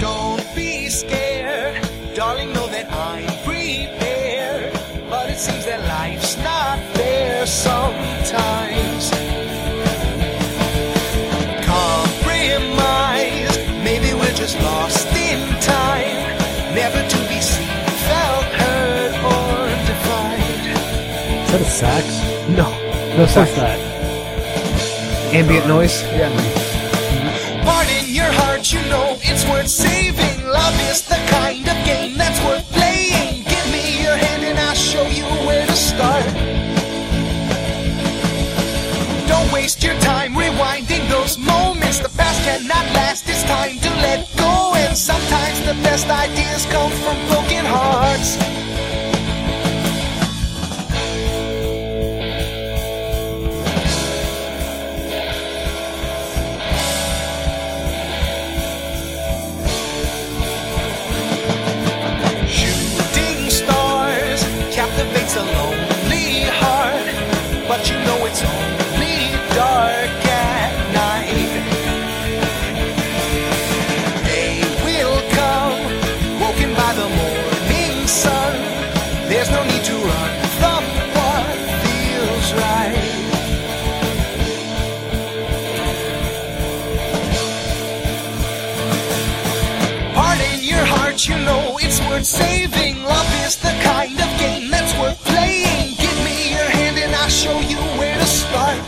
S5: Don't be scared, darling. Know that I'm prepared, but it seems that life's not fair sometimes. Compromise, maybe we're just lost in time, never to be seen, felt, heard, or defined.
S2: Is that a sax?
S1: No.
S2: No sax. That.
S1: Ambient noise. Yeah.
S5: Pardon your heart, you know it's worth saving. Love is the kind of game that's worth playing. Give me your hand and I'll show you where to start. Don't waste your time rewinding those moments. The past cannot last, it's time to let go Sometimes the best ideas come from broken hearts. Shooting stars captivates a lonely heart, but you know it's only dark at night. They will come, woken by the morning sun. There's no need to run from what feels right. Heart in your heart, you know it's worth saving. Love is the kind of game that's worth playing. Give me your hand and I'll show you where to start.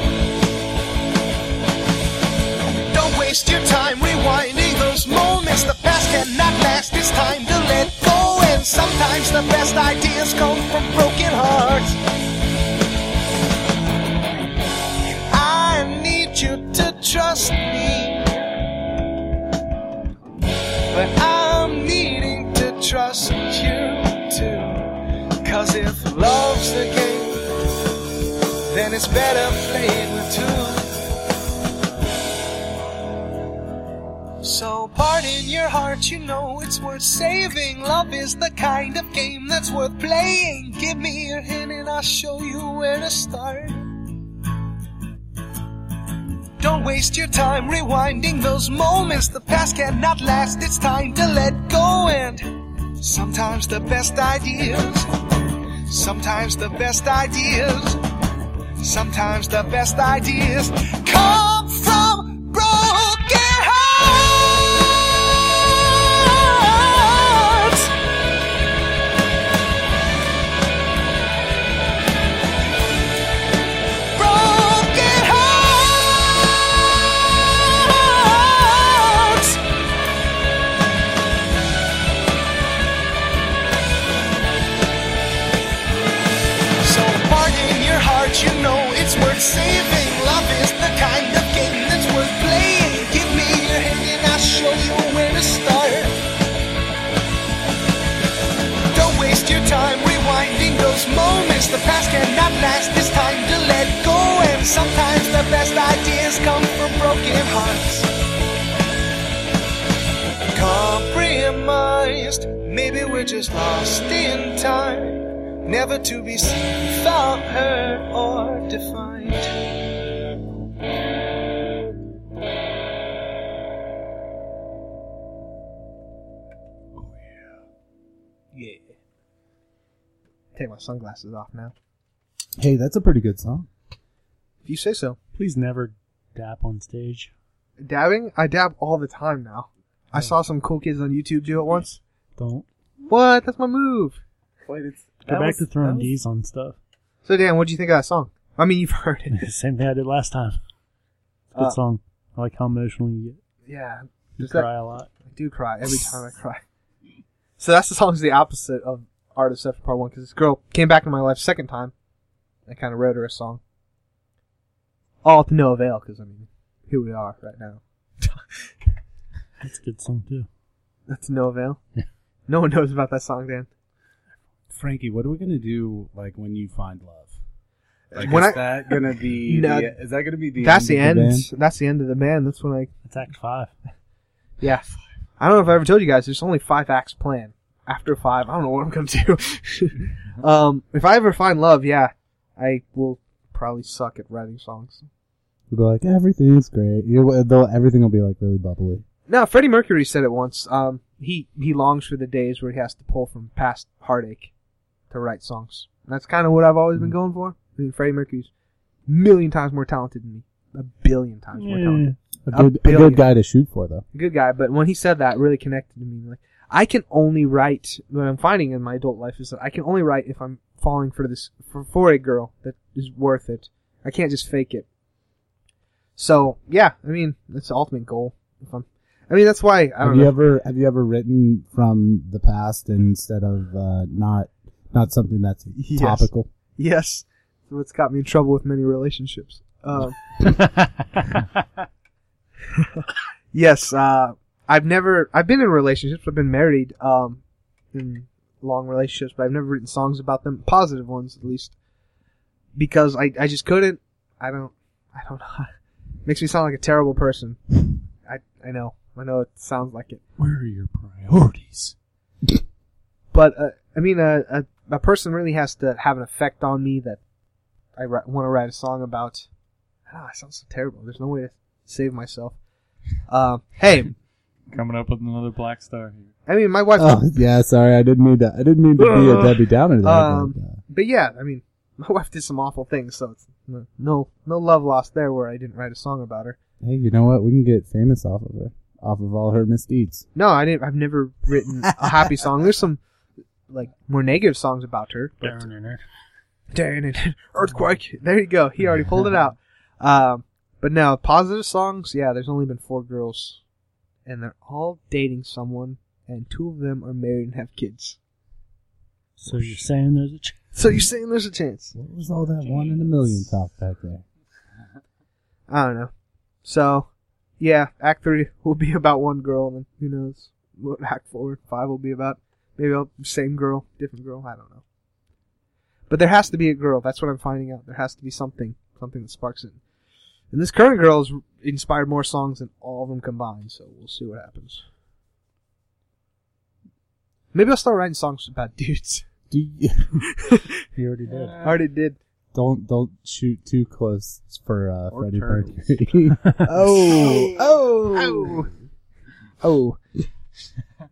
S5: Don't waste your time rewinding those moments. The past cannot last, it's time to let go. And sometimes the best ideas come from broken hearts. I need you to trust me. But I'm needing to trust you too. Cause if love's the game, then it's better played with two. So part in your heart, you know it's worth saving. Love is the kind of game that's worth playing. Give me your hand and I'll show you where to start. Don't waste your time rewinding those moments. The past cannot last, it's time to let go. And sometimes the best ideas, sometimes the best ideas, sometimes the best ideas come from broken hearts. Broken hearts. So part in your heart, you know it's worth saving. Love is the kind of game that's worth playing. Give me your hand and I'll show you where to start. Don't waste your time rewinding those moments. The past cannot last. It's time to let go. And sometimes the best ideas come from broken hearts. Compromised. Maybe we're just lost in time. Never to be seen, found, heard, or defined.
S1: Yeah. Take my sunglasses off now.
S3: Hey, that's a pretty good song.
S1: If you say so.
S2: Please never dap on stage.
S1: Dabbing? I dab all the time now. I saw some cool kids on YouTube do it once.
S2: Don't
S1: What? That's my move.
S3: Wait, it's
S2: go back to throwing D's on stuff.
S1: So Dan, what'd you think of that song? I mean, you've heard it.
S2: Same thing I did last time. It's a good
S1: Uh,
S2: song. I like how emotional you get.
S1: Yeah.
S2: You
S1: Does that-
S2: cry a lot.
S1: I do cry every time I cry. So that's the song's the opposite of Art of Sex Part One because this girl came back in my life second time. I kind of wrote her a song, all to no avail because I mean, here we are right now.
S2: That's a good song too.
S1: That's no avail.
S2: Yeah.
S1: No one knows about that song, Dan.
S3: Frankie. What are we gonna do like when you find love? Like,
S1: When
S3: is
S1: I-
S3: that gonna be?
S1: No.
S3: the, is that gonna be the?
S1: That's the
S3: end. of
S1: end.
S3: band?
S1: That's the end of the band. That's when I
S2: That's Act Five.
S1: yeah. I don't know if I ever told you guys. There's only five acts planned. After five, I don't know what I'm gonna do. um, if I ever find love, yeah, I will probably suck at writing songs.
S3: We'll be like everything's great. You, though everything will be like really bubbly.
S1: No, Freddie Mercury said it once. Um, he he longs for the days where he has to pull from past heartache to write songs. And that's kind of what I've always been going for. I mean, Freddie Mercury's a million times more talented than me, a billion times more talented.
S3: A
S1: A
S3: good, a
S1: billion.
S3: good guy to shoot for, though.
S1: Good guy, but when he said that, it really connected to me. Like, I can only write. What I'm finding in my adult life is that I can only write if I'm falling for this for, for a girl that is worth it. I can't just fake it. So yeah, I mean that's the ultimate goal. If I'm, I mean that's why I
S3: Have
S1: don't
S3: you
S1: know.
S3: ever have you ever written from the past instead of uh, not not something that's
S1: Yes.
S3: topical?
S1: Yes. What's got me in trouble with many relationships. Um, yes, uh, I've never I've been in relationships, I've been married, um in long relationships, but I've never written songs about them, positive ones at least. Because I, I just couldn't I don't I don't know. Makes me sound like a terrible person. I I know. I know it sounds like it.
S3: Where are your priorities?
S1: But uh, I mean a, a a person really has to have an effect on me that I ri- want to write a song about. Ah, I sound so terrible. There's no way to save myself. Um, hey,
S4: Coming up with another black star here.
S1: I mean, my wife.
S3: Oh yeah, sorry, I didn't mean that. I didn't mean to be a Debbie Downer. There,
S1: Um,
S3: but, uh,
S1: But yeah, I mean, my wife did some awful things, so it's no- no no love lost there where I didn't write a song about her.
S3: hey, you know what? We can get famous off of her, off of all her misdeeds.
S1: No, I didn't. I've never written a happy song. There's some like more negative songs about her. But Darren and earthquake. There you go. He already pulled it out. Um, but now positive songs. Yeah, there's only been four girls, and they're all dating someone, and two of them are married and have kids.
S2: So you're saying there's a chance?
S1: So you're saying there's a chance?
S3: What was all that one in a million talk back there?
S1: I don't know. So, yeah, Act Three will be about one girl, and then who knows what Act Four, and Five will be about? Maybe I'll, same girl, different girl. I don't know. But there has to be a girl. That's what I'm finding out. There has to be something, something that sparks it. And this current girl has inspired more songs than all of them combined. So we'll see what happens. Maybe I'll start writing songs about dudes.
S3: Do you,
S2: He already did.
S1: I already did.
S3: don't don't shoot too close for uh,
S4: Or
S3: Freddie
S4: turtles.
S3: Mercury.
S1: Oh, oh, oh, oh.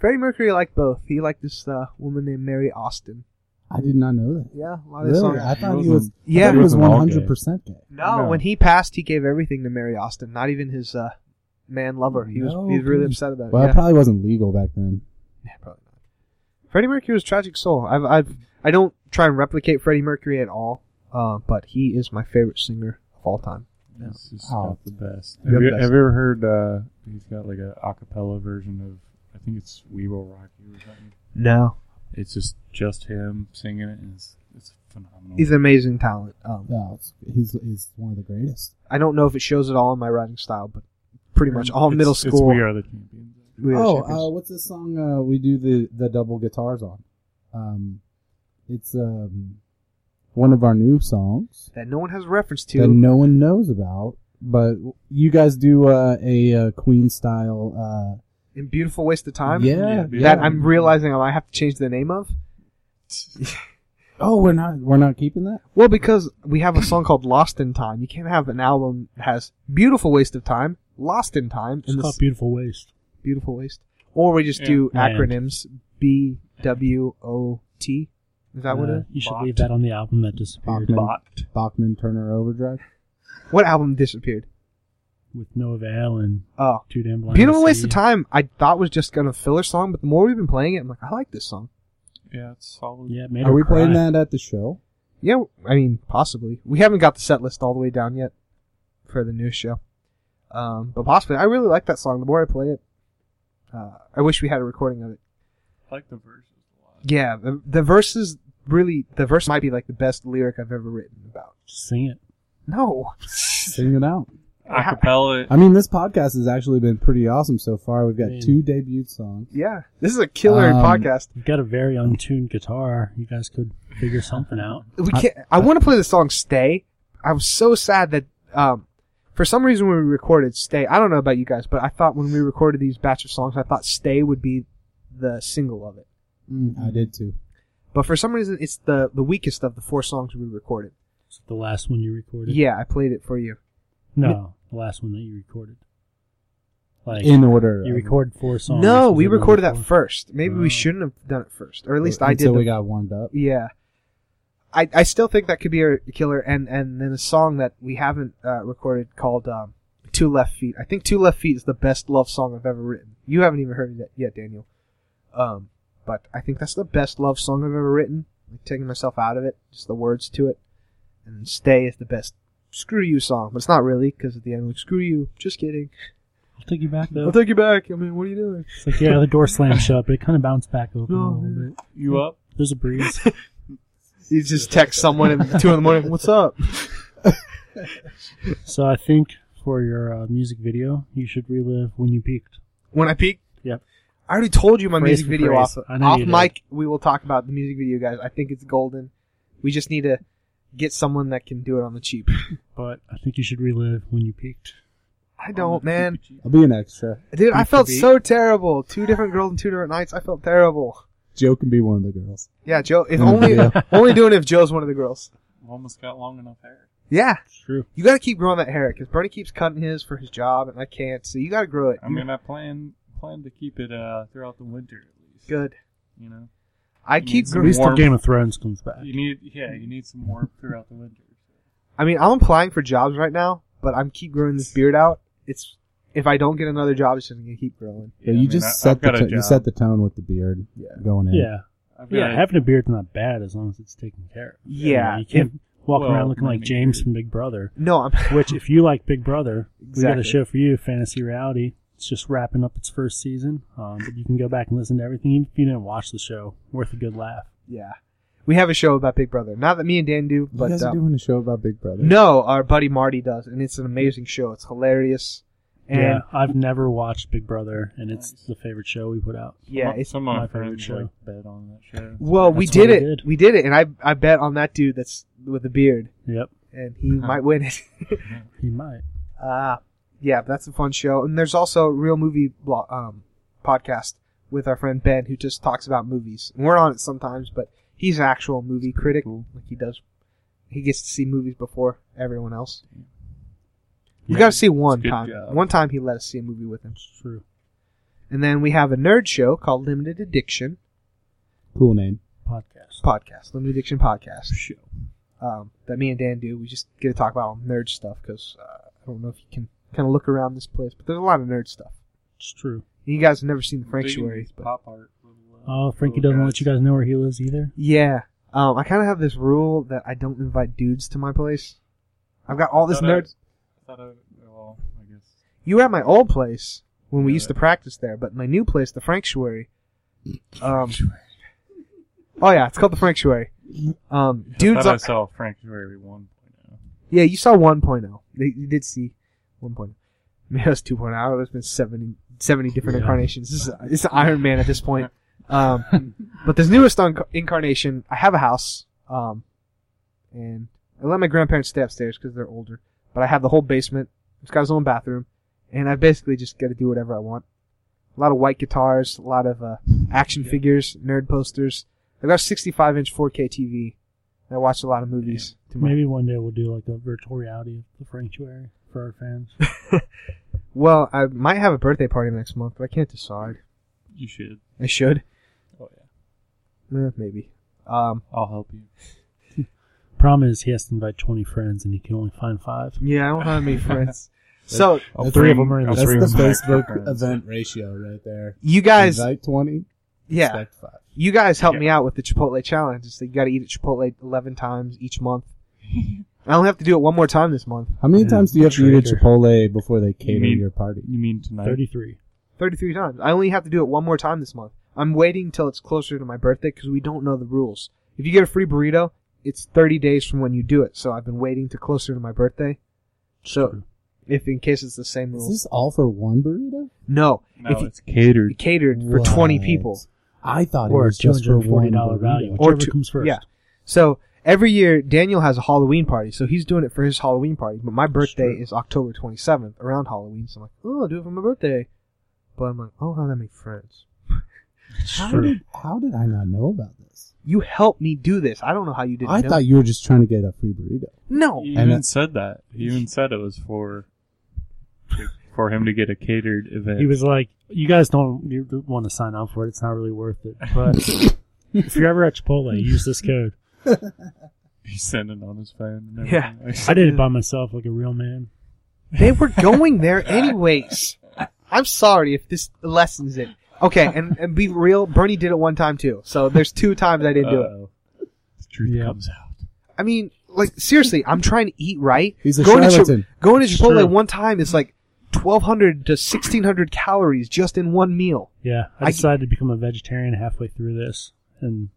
S1: Freddie Mercury liked both. He liked this uh, woman named Mary Austin.
S3: I did not know that.
S1: Yeah, a lot of
S3: Really?
S1: songs.
S3: I thought
S4: He
S3: he was.
S4: wasn't-
S1: Yeah.
S3: Yeah, he
S1: He
S3: was
S4: wasn't
S3: one
S4: all gay.
S3: hundred percent gay.
S1: No,
S4: No.
S1: when he passed, he gave everything to Mary Austin. Not even his uh, man lover. He was
S3: No
S1: he was really
S3: kidding.
S1: upset about it.
S3: Well,
S1: yeah.
S3: it probably wasn't legal back then.
S1: Yeah, probably not. Freddie Mercury was a tragic soul. I've I've I don't try and replicate Freddie Mercury at all. Uh, but he is my favorite singer of all time.
S4: This is
S3: Oh.
S4: not the best.
S1: You're
S4: Have
S1: the
S4: you,
S1: best.
S4: have you ever heard? Uh, he's got like a acapella version of. I think it's "We Will Rock You" or something.
S1: No,
S4: It's just just him singing it, and it's it's phenomenal.
S1: he's an amazing talent. Um,
S3: No, it's, he's he's one of the greatest.
S1: I don't know if it shows at all in my writing style, but pretty much all
S4: It's-
S1: middle
S4: it's
S1: school.
S4: we are the champions.
S1: we are
S3: oh,
S1: champions.
S3: uh, what's this song uh, we do the, the double guitars on? Um, it's um, one of our new songs
S1: that no one has reference
S3: that
S1: to.
S3: no one knows about, but you guys do uh, a uh, Queen style.
S1: In beautiful waste of
S3: Uh,
S1: time.
S3: yeah,
S4: yeah.
S1: That I'm realizing I might have to change the name of.
S3: Oh, we're not we're not keeping that.
S1: Well, because we have a song called Lost in Time. You can't have an album that has Beautiful Waste of Time, Lost in Time,
S2: It's
S1: and
S2: called
S1: this
S2: Beautiful Waste.
S1: Beautiful Waste. Or we just
S4: Yeah.
S1: do
S2: Land.
S1: acronyms B W O T. Is that what it
S2: Uh,
S1: is?
S2: You should
S4: Bot.
S2: leave that on the album that disappeared
S3: Bachman.
S4: Bot.
S3: Bachman Turner Overdrive.
S1: What album disappeared?
S2: with no avail and
S1: Oh.
S2: two damn blind.
S1: Beautiful
S2: to
S1: Waste
S2: See.
S1: of Time, I thought was just going to filler song, but the more we've been playing it, I'm like, I like this song.
S4: Yeah, it's solid.
S2: Yeah, it made
S3: Are
S2: her
S3: we
S2: cry.
S3: playing that at the show?
S1: Yeah, I mean, possibly. We haven't got the set list all the way down yet for the new show. Um, but possibly. I really like that song. The more I play it, uh, I wish we had a recording of it.
S4: I like the verses a lot.
S1: Yeah, the, the verses really, the verse might be like the best lyric I've ever written about.
S2: Just sing it.
S1: No.
S3: Sing it out.
S4: Acapella.
S3: I mean, this podcast has actually been pretty awesome so far. We've got
S2: Man.
S3: two debut songs.
S1: Yeah. This is a killer
S3: Um,
S1: podcast.
S2: You've got a very untuned guitar. You guys could figure something out.
S1: We can't, I, want to play the song Stay. I was so sad that, um, for some reason when we recorded Stay, I don't know about you guys, but I thought when we recorded these batch of songs, I thought Stay would be the single of it.
S3: Mm, I did too.
S1: But for some reason, it's the the weakest of the four songs we recorded.
S2: Is it the last one you recorded?
S1: Yeah, I played it for you.
S2: No, the last one that you recorded. Like
S3: In order,
S2: you
S3: of-
S2: record four songs.
S1: no,
S2: Is
S1: we
S2: it the
S1: recorded that
S2: four?
S1: first. Maybe we
S2: Oh.
S1: shouldn't have done it first, or at least I did.
S3: Until
S1: the-
S3: we got warmed up.
S1: yeah, I I still think that could be a killer. And and then a song that we haven't uh, recorded called um, Two Left Feet. I think Two Left Feet is the best love song I've ever written. You haven't even heard it yet, Daniel. Um, but I think that's the best love song I've ever written. Like taking myself out of it, just the words to it. And Stay is the best screw you song, but it's not really because at the end, like screw you, just kidding.
S2: I'll take you back though.
S1: I'll take you back. I mean, what are you doing?
S2: it's like yeah, the door slammed shut, but it kind of bounced back open a
S1: No,
S2: little
S1: man.
S2: bit.
S4: You up?
S2: There's a breeze.
S1: You just text someone at two in the morning. What's up?
S2: so I think for your uh, music video, you should relive when you peaked.
S1: When I peaked.
S2: Yep.
S1: I already told you my
S2: Praise
S1: music
S2: for
S1: video
S2: praise.
S1: off
S2: I know
S1: off
S2: you did.
S1: mic. We will talk about the music video, guys. I think it's golden. We just need to get someone that can do it on the cheap.
S2: But I think you should relive when you peaked.
S1: I
S2: Um,
S1: don't, man.
S3: I'll be an extra.
S1: Dude, I
S2: Beat for
S1: felt
S2: beat.
S1: so terrible. Two different girls and two different nights. I felt terrible.
S3: Joe can be one of the girls.
S1: Yeah, Joe. If
S3: Yeah.
S1: only only doing if Joe's one of the girls.
S4: I've almost got long enough hair.
S1: Yeah,
S2: It's true.
S1: you got to keep growing that hair because Bernie keeps cutting his for his job, and I can't. So you got to grow it.
S4: I mean, I plan plan to keep it uh, throughout the winter at least.
S1: good.
S4: You know,
S1: I
S4: Mm,
S1: keep.
S4: it's
S2: At
S1: Gr-
S2: least till
S4: warm.
S2: Game of Thrones comes back.
S4: you need yeah, you need some warmth throughout the winter.
S1: I mean, I'm applying for jobs right now, but I'm keep growing this beard out. It's if I don't get another job, it's just gonna keep growing.
S3: Yeah,
S4: I
S3: you
S4: mean,
S3: just
S4: I- I've
S3: set the
S4: got a
S3: to- you
S4: job.
S3: set the tone with the beard going in.
S2: Yeah.
S4: I've got
S2: Yeah,
S4: a-
S2: having a beard's not bad as long as it's taken care of.
S1: Yeah,
S2: You, know, you can't walk
S4: well,
S2: around looking
S4: I
S2: like
S4: mean,
S2: James
S4: beard.
S2: from Big Brother.
S1: No, I'm.
S2: Which, if you like Big Brother, we got
S1: Exactly.
S2: a show for you, Fantasy Reality. It's just wrapping up its first season. Um, but you can go back and listen to everything, even if you didn't watch the show. Worth a good laugh.
S1: Yeah, we have a show about Big Brother. Not that me and Dan do,
S3: You
S1: but
S3: guys
S1: um,
S3: are doing a show about Big Brother.
S1: no, our buddy Marty does, and it's an amazing show. It's hilarious, and
S2: yeah,
S1: yeah,
S2: I've never watched Big Brother, and it's the favorite show we put out.
S4: Some-
S1: it's
S4: some of
S2: my
S4: my
S2: favorite
S4: friends
S2: show.
S4: like bet on that show.
S1: well, we
S2: That's what
S1: did
S2: we
S1: it.
S2: did.
S1: We did it, and I I bet on that dude that's with the beard,
S2: Yep,
S1: and he might win it.
S2: he might.
S1: Ah, yeah, that's a fun show. And there's also real movie blog, um, podcast with our friend Ben who just talks about movies. And we're on it sometimes, but he's an actual movie critic. Like he does, he gets to see movies before everyone else. We
S2: Yeah,
S1: got to see one
S4: good
S1: time.
S4: job.
S1: One time he let us see a movie with him.
S2: It's true.
S1: And then we have a nerd show called Limited Addiction
S3: Cool name.
S2: Podcast.
S1: Podcast. Limited Addiction Podcast.
S2: Show.
S1: um, that me and Dan do. We just get to talk about all nerd stuff because uh, I don't know if you can kind of look around this place, but there's a lot of nerd stuff.
S2: It's true.
S1: You guys have never seen the
S4: Sanctuary
S1: Sanctuary, but
S4: Pop art.
S2: Oh, Frankie doesn't let you guys know where he lives either.
S1: yeah, um, I kind of have this rule that I don't invite dudes to my place. I've got all this
S4: Thought I-
S1: nerd.
S4: I thought I, well, I guess.
S1: You were at my old place when we
S4: Yeah.
S1: used to practice there, but my new place, the Franctuary. Um, oh yeah, it's called the Franctuary. Um,
S4: I
S1: dudes,
S4: thought I
S1: are,
S4: saw Sanctuary 1.0.
S1: yeah, you saw 1.0. They, you did see 1.0. Man, that was oh. 2.0. There's been 70, 70 different
S2: Yeah.
S1: incarnations. This is it's Iron Man at this point. Um, but this newest unc- incarnation, I have a house, um, and I let my grandparents stay upstairs because they're older. But I have the whole basement. It's got its own bathroom, and I basically just got to do whatever I want. A lot of white guitars, a lot of uh, action figures, nerd posters. I've got a 65 inch 4K TV. and I watch a lot of movies. to my-
S2: Maybe one day we'll do like a virtual reality of the Sanctuary for our fans.
S1: Well, I might have a birthday party next month, but I can't decide.
S4: You should.
S1: I should.
S4: Oh yeah.
S1: Eh, maybe. Um,
S4: I'll help you.
S2: Problem is, he has to invite 20 friends and he can only find five.
S1: yeah, I don't have any friends. So
S3: All
S2: three of 'em are in
S3: That's
S2: this room.
S3: the Facebook
S4: Friends.
S3: event ratio right there.
S1: you guys,
S3: Invite twenty.
S1: yeah,
S3: expect five.
S1: you guys helped
S4: Yeah.
S1: me out with the Chipotle challenge. It's that you got to eat at Chipotle eleven times each month. I only have to do it one more time this month.
S3: How many
S2: Yeah,
S3: times do you have to eat at
S2: traitor.
S3: Chipotle before they cater
S4: mean-
S3: your party?
S4: You mean tonight?
S2: 33.
S1: Thirty-three times. I only have to do it one more time this month. I'm waiting till it's closer to my birthday because we don't know the rules. If you get a free burrito, it's thirty days from when you do it. So I've been waiting to closer to my birthday. So if in case it's the same
S3: Is
S1: rules,
S3: this all for one burrito?
S1: no,
S4: No,
S1: if you-
S4: it's catered.
S1: catered for twenty
S3: What?
S1: people.
S3: I thought it
S2: Or
S3: was just for one
S2: $240 value.
S3: burrito.
S2: Whichever
S1: two-
S2: comes first.
S1: Yeah. So every year Daniel has a Halloween party, so he's doing it for his Halloween party. But my birthday
S2: true.
S1: is October 27th, around Halloween. So I'm like, oh, I'll do it for my birthday. But I'm like, oh, how that make friends?
S3: How did, how did I not know about this?
S1: You helped me do this. I don't know how you didn't.
S3: I
S1: know.
S3: thought you were just trying to get a free burrito.
S1: no.
S4: He
S3: And
S4: even
S3: it-
S4: said that. He even said it was for for him to get a catered event.
S2: He was like, "You guys don't you don't want to sign up for it. It's not really worth it." But if you're ever at Chipotle, use this code.
S4: He sent it on his phone. And
S1: Yeah.
S4: everything.
S2: I did it by myself, like a real man.
S1: They were going there anyways. I'm sorry if this lessens it. Okay, and, and be real, Bernie did it one time too. So there's two times I didn't do it.
S4: Uh-oh. The truth
S2: Yeah.
S4: comes out.
S1: I mean, like seriously, I'm trying to eat right.
S3: He's a
S1: to Chi-
S3: charlatan.
S1: going to
S2: It's
S1: Chipotle
S2: true.
S1: one time is like 1,200 to 1,600 calories just in one meal.
S2: Yeah, I
S1: I-
S2: decided to become a vegetarian halfway through this, and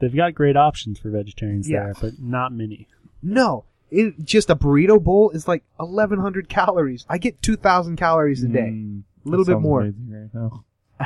S2: they've got great options for vegetarians
S1: Yeah.
S2: there, but not many.
S1: No, it, just a burrito bowl is like 1,100 calories. I get 2,000 calories a day.
S4: Mm,
S1: A little
S4: that
S1: bit
S4: sounds
S1: more.
S4: amazing Right now.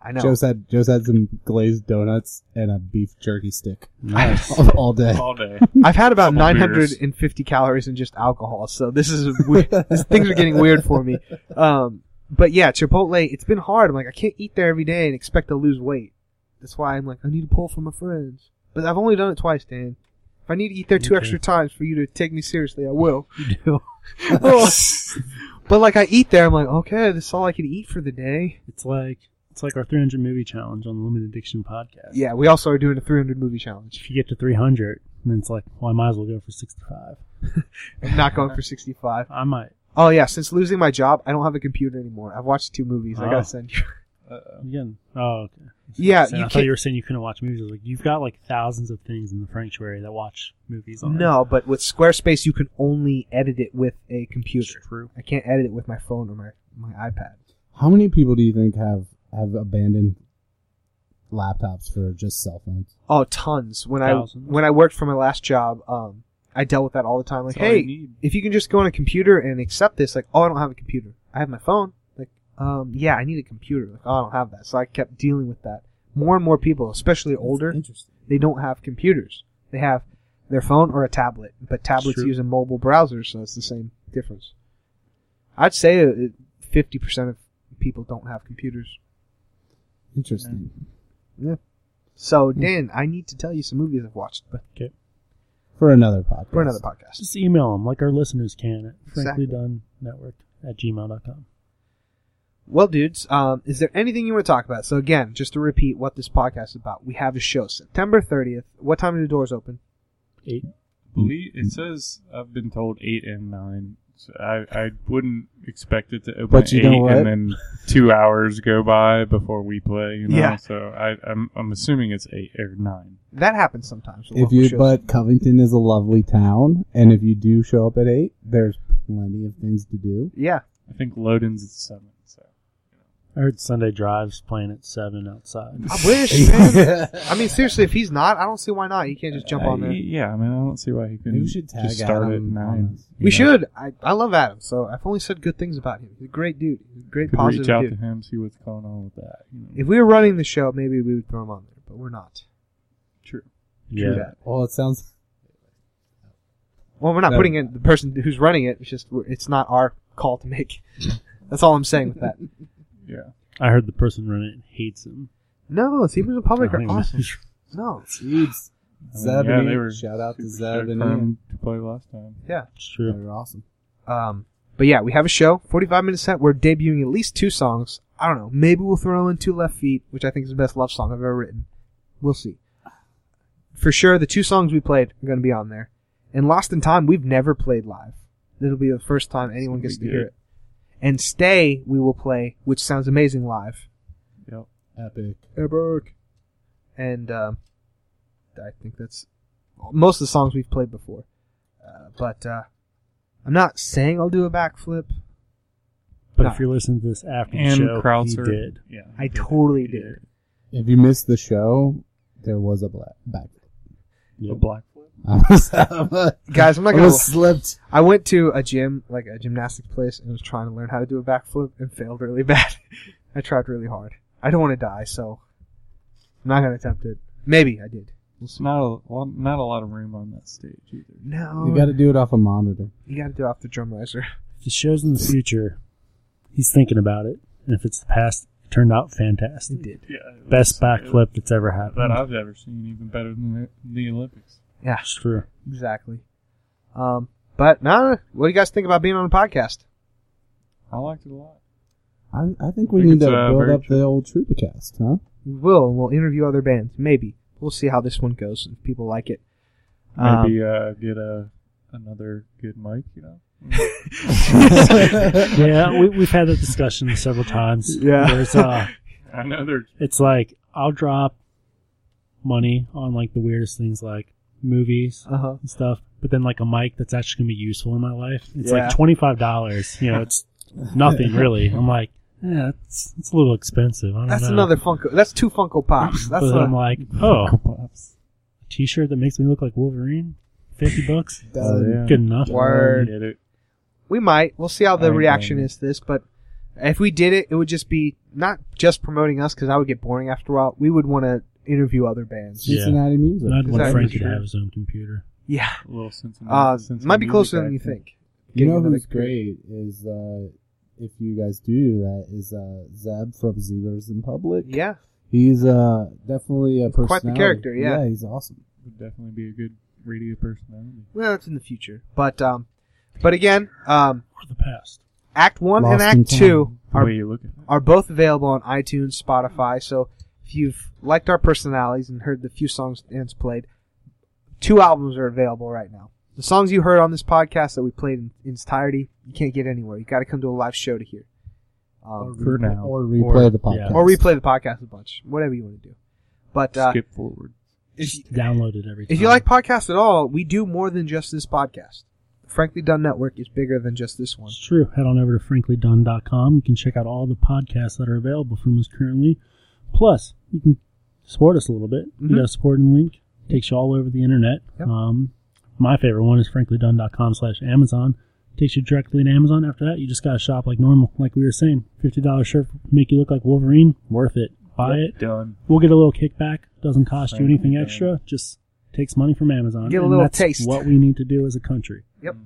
S1: I know.
S3: Joe's had Joe's had some glazed donuts and a beef jerky stick
S2: Nice.
S3: all, all day.
S4: All day.
S1: I've had about
S4: Couple beers.
S1: 950 calories in just alcohol, so this is weird. this, things are getting weird for me. Um, but yeah, Chipotle, it's been hard. I'm like, I can't eat there every day and expect to lose weight. That's why I'm like, I need to pull from my friends. But I've only done it twice, Dan. If I need to eat there two
S2: Okay.
S1: extra times for you to take me seriously, I will. You do. but like, I eat there, I'm like, okay, this is all I can eat for the day.
S2: It's like it's like our 300 movie challenge on the Limited Addiction podcast.
S1: Yeah, we also are doing a 300 movie challenge.
S2: If you get to 300, then it's like, well, I might as well go for 65.
S1: I'm not going for 65.
S2: I might.
S1: Oh yeah, since losing my job, I don't have a computer anymore. I've watched two movies. I
S2: Oh.
S1: gotta send you.
S2: Again. Oh, okay.
S1: Yeah,
S2: So
S1: you
S2: I thought
S1: can't.
S2: you were saying you couldn't watch movies. I was like, you've got like thousands of things in the sanctuary that watch movies on.
S1: No, but with Squarespace, you can only edit it with a
S2: It's
S1: computer.
S2: true.
S1: I can't edit it with my phone or my my iPad.
S3: How many people do you think have have abandoned laptops for just cell phones?
S1: Oh, tons. When
S2: Thousands.
S1: I when I worked for my last job, um, I dealt with that all the time. Like,
S4: That's all
S1: hey,
S4: you need.
S1: if you can just go on a computer and accept this, like, oh, I don't have a computer. I have my phone. Like, um, yeah, I need a computer. Like, oh, I don't have that. So I kept dealing with that. More and more people, especially older,
S3: Interesting.
S1: they don't have computers. They have their phone or a tablet, but tablets
S2: True.
S1: use a mobile browser, so it's the same difference. I'd say uh, fifty percent of people don't have computers.
S3: Interesting.
S1: So Dan, I need to tell you some movies I've watched, but
S2: Okay.
S3: For another podcast.
S1: for another podcast.
S2: Just email them like our listeners can at
S1: Exactly.
S2: franklydonenetwork at gmail.com.
S1: Well, dudes, um, is there anything you want to talk about? So again, just to repeat what this podcast is about, we have a show September thirtieth. What time do the doors open?
S2: Eight.
S4: Believe it says I've been told eight and nine. So I I wouldn't expect it to open
S3: But
S4: at
S3: you
S4: eight
S3: know what?
S4: and then two hours go by before we play. You know,
S1: Yeah.
S4: so I I'm I'm assuming it's eight or nine.
S1: That happens sometimes. with
S3: If
S1: local
S3: you
S1: shows.
S3: but Covington is a lovely town, and if you do show up at eight, there's plenty of things to do.
S1: yeah,
S4: I think Loden's at seven. So
S2: I heard Sunday Drives playing at 7 outside.
S1: I wish. man. I mean, seriously, if he's not, I don't see why not. You can't just jump
S4: I-
S1: on there.
S4: Yeah, I mean I don't see why he couldn't.
S3: Maybe we should tag
S4: just start
S3: Adam
S4: at
S3: on
S4: nine.
S3: this.
S1: We
S4: you know?
S1: should. I, I love Adam, so I've only said good things about him. He's a great dude. He's a great
S4: Could
S1: positive
S4: reach out
S1: dude.
S4: to him, see what's going on with that. You know.
S1: If we were running the show, maybe we would throw him on there, but we're not.
S4: True.
S1: True that.
S3: Well, Oh, it sounds
S1: Well, we're not
S3: No.
S1: putting in the person who's running it. It's just we're- it's not our call to make. That's all I'm saying with that.
S4: Yeah.
S2: I heard the person running it hates him.
S1: No, Zebras in Public
S2: I
S1: are
S2: don't even know.
S1: awesome. No,
S3: Jeez.
S4: I mean,
S3: Zeb
S4: yeah,
S3: and
S4: they
S3: Ian.
S4: were
S3: Shout out to
S4: super
S3: Zeb and Ian.
S4: determined to play last time.
S1: yeah.
S2: It's
S3: They
S2: true.
S3: were awesome.
S1: Um, but yeah, we have a show, 45 minutes set. We're debuting at least two songs. I don't know. Maybe we'll throw in Two Left Feet, which I think is the best love song I've ever written. We'll see. For sure, the two songs we played are going to be on there. And Lost in Time, we've never played live. It'll be the first time anyone gets to
S4: That'd be
S1: hear
S4: good.
S1: it. And Stay, we will play, which sounds amazing live.
S4: Yep.
S3: Epic.
S1: Epic. And um, I think that's most of the songs we've played before. Uh, but uh, I'm not saying I'll do a backflip.
S2: But
S1: Nah.
S2: if you're listening to this after the
S4: And
S2: show,
S4: crowd
S2: he
S4: surf.
S2: did.
S4: Yeah.
S1: I totally did.
S3: If you missed the show, there was a black back.
S4: A black flip.
S3: I was, I was,
S1: Guys, I'm not
S3: I
S1: gonna.
S3: was slipped.
S1: I went to a gym, like a gymnastics place, and was trying to learn how to do a backflip and failed really bad. I tried really hard. I don't want to die, so I'm not gonna attempt it. Maybe I did. We'll
S4: It's
S1: see.
S4: not a well, not a lot of room on that stage either.
S1: No,
S3: You got to do it off a monitor.
S1: do it off the drum riser.
S2: If the show's in the future, he's thinking about it. And if it's the past, it turned out fantastic.
S1: did.
S4: Yeah. it
S2: Best
S4: was-
S2: backflip that's ever
S4: that
S2: happened.
S4: I've ever seen, even better than the, the Olympics.
S1: Yeah,
S2: It's true.
S1: exactly. Um, but nah, what do you guys think about being on a podcast?
S4: I liked it a lot.
S3: I, I think we
S4: Think
S3: need
S4: it's,
S3: to
S4: uh,
S3: build
S4: very
S3: up the old Troopacast, huh?
S1: We will, and we'll interview other bands. Maybe we'll see how this one goes. If people like it, Um,
S4: Maybe uh, get a another good mic, you know.
S2: yeah, we, we've had that discussion several times.
S1: Yeah.
S2: There's, uh,
S4: I know they're
S2: it's like, I'll drop money on like the weirdest things like movies
S1: Uh huh.
S2: and stuff, but then like a mic that's actually going to be useful in my life. It's
S1: Yeah.
S2: like $25. You know, it's nothing really. I'm like, yeah, it's, it's a little expensive. I don't
S1: That's
S2: know.
S1: another Funko. That's two Funko Pops. That's
S2: but
S1: not,
S2: I'm like, oh, a t-shirt that makes me look like Wolverine? 50 bucks?
S3: Done.
S4: yeah.
S2: Good enough.
S1: Word.
S4: Get it.
S1: We might. We'll see how the
S4: I agree.
S1: reaction is to this, but if we did it, it would just be not just promoting us because that would get boring after a while. We would want to interview other bands.
S2: Yeah.
S3: Cincinnati music.
S2: And I'd want
S1: Exactly.
S2: Frankie to have his own computer.
S1: Yeah.
S4: A little Cincinnati.
S1: Uh,
S4: Cincinnati
S1: might be closer
S4: music
S1: than you
S4: acting.
S1: think.
S3: You
S1: Getting
S3: know
S1: another
S3: who's great is uh, if you guys do do that is uh, Zeb from Zebras in Public.
S1: Yeah.
S3: he's uh, definitely a
S1: Quite the
S3: personality.
S1: character, yeah.
S3: he's awesome.
S4: Would definitely be a good radio personality.
S1: Well, it's in the future, but um, but again, um,
S2: Or the past.
S1: Act One and
S3: Lost in
S1: Act
S3: Time.
S1: Two
S4: The
S1: are
S4: way you look at it.
S1: are both available on iTunes, Spotify. So if you've liked our personalities and heard the few songs Dan's played, two albums are available right now. The songs you heard on this podcast that we played in, in its entirety, you can't get anywhere. You got to come to a live show to hear, um,
S4: For now.
S3: Or replay
S2: Or-
S3: the podcast.
S2: yeah.
S1: or replay the podcast a bunch, whatever you want to do. But uh,
S4: Skip forward.
S1: if,
S2: Download it every time.
S1: if you like podcasts at all, we do more than just this podcast. Frankly Done Network is bigger than just this one.
S2: It's true. Head on over to franklydunn.com. You can check out all the podcasts that are available from us currently. Plus, you can support us a little bit. You got a supporting link. Takes you all over the internet.
S1: Mm-hmm. Yep.
S2: Um, my favorite one is franklydunn.com slash Amazon. Takes you directly to Amazon. After that, you just got to shop like normal, like we were saying. $50 shirt make you look like Wolverine. Worth it. Buy it.
S4: Done.
S2: We'll get a little kickback. Doesn't cost you
S4: Frankly
S2: anything
S4: Dunn.
S2: extra. Just takes money from Amazon.
S1: Get a
S2: And
S1: little
S2: that's
S1: taste.
S2: what we need to do as a country.
S1: Yep.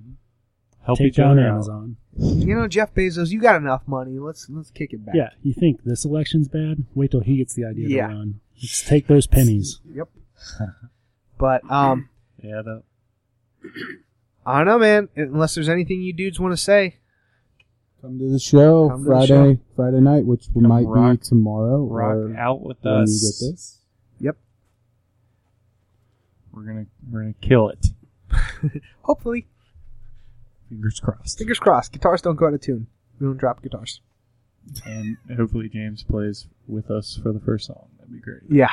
S4: Help
S2: Take
S4: each other
S2: down
S4: out.
S2: Amazon.
S1: You know, Jeff Bezos, you got enough money. Let's let's kick it back.
S2: Yeah, you think this election's bad? Wait till he gets the idea
S1: Yeah.
S2: to run. Let's take those pennies.
S1: Yep. but um,
S4: Yeah, that
S1: I don't know, man. Unless there's anything you dudes want to say,
S3: Come to the show
S1: Come to the
S3: Friday,
S1: show.
S3: Friday night, which
S4: Come
S3: might
S4: rock-
S3: be tomorrow
S4: rock
S3: or
S4: out with
S3: when you
S4: us.
S3: get this.
S4: We're gonna we're gonna kill it.
S1: hopefully,
S4: Fingers crossed.
S1: fingers crossed. Guitars don't go out of tune. We don't drop guitars.
S4: and hopefully James plays with us for the first song. That'd be great.
S1: Yeah.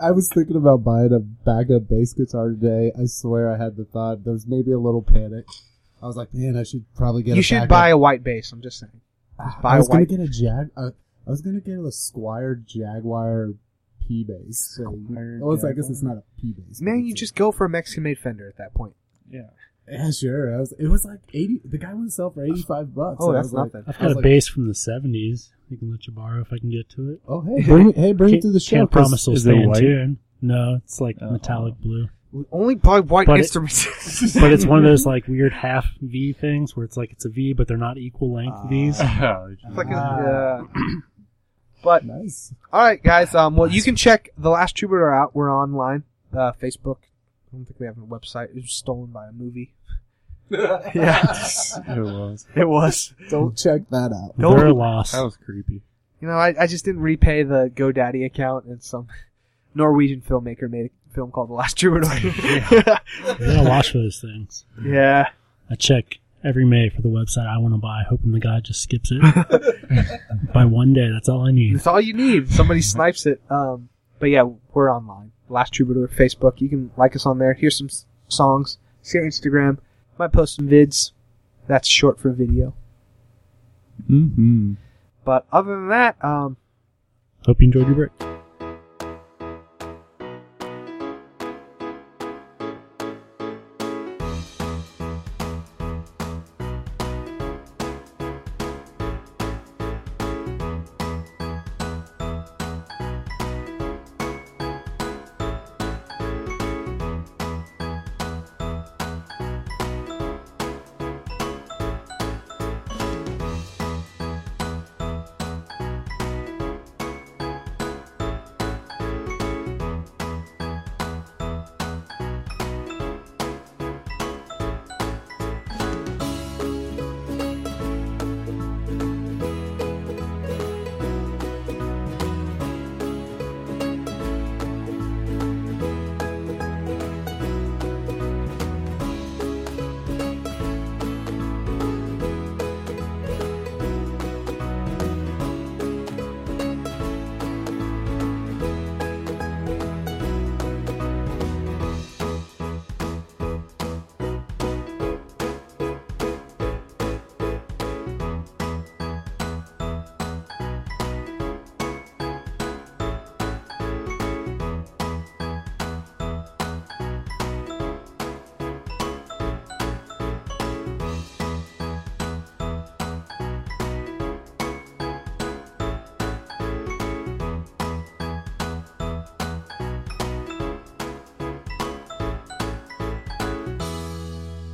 S3: I was thinking about buying a backup bass guitar today. I swear I had the thought. There was maybe a little panic. I was like, man, I should probably get.
S1: you
S3: a
S1: should
S3: backup.
S1: buy a white bass. I'm just saying. buy
S3: I was
S1: a white-
S3: gonna get a jag. Uh, I was gonna get a Squire Jaguar P bass. thing.
S4: Squire
S3: Well, it's, I guess
S4: Jaguar.
S3: it's not a P bass. but
S1: Man,
S3: it's
S1: you
S3: a-
S1: just go for a Mexican-made Fender at that point.
S4: Yeah.
S3: yeah, sure. I was. It was like eighty. The guy would sell for eighty five bucks.
S1: Oh,
S3: and I
S1: that's
S3: was like,
S1: nothing.
S2: I've
S3: I
S2: got
S3: was
S2: a
S3: like,
S2: bass from the '70s. You can let you borrow if I can get to it.
S3: Oh hey, bring it, hey, bring it
S2: Can't,
S3: to the show.
S2: can't
S3: 'cause
S2: promise it'll
S4: is
S2: stay
S4: there
S2: in
S4: white?
S2: tune. No, it's like
S1: Uh-huh.
S4: Uh-oh.
S2: metallic blue,
S1: We only buy white
S2: But it-
S1: instruments.
S2: but it's one of those like weird half V things where it's like it's a V, but they're not equal length
S1: Uh,
S2: V's.
S1: Fucking, uh,
S3: Ah.
S1: but
S3: Nice.
S1: All right, guys. Um, well, you can check the last Troubadour out. We're online, uh, Facebook. I don't think we have a website. It was stolen by a movie. yeah,
S4: it was.
S1: it was.
S3: Don't check that out.
S1: Don't-
S2: They're lost.
S4: That
S1: Oh.
S4: was creepy.
S1: You know, I, I just didn't repay the GoDaddy account, and some Norwegian filmmaker made a film called The Last Troubadour. yeah.
S2: You gotta watch for those things.
S1: yeah,
S2: I check every May for the website I want to buy, hoping the guy just skips it by one day. That's all I need.
S1: that's all you need. Somebody snipes it. Um, but yeah, we're online. Last Troubadour Facebook. You can like us on there. Hear some s- songs. See our Instagram. Might post some vids. That's short for video.
S4: Mm-hmm.
S1: But other than that, um,
S2: Hope you enjoyed your break.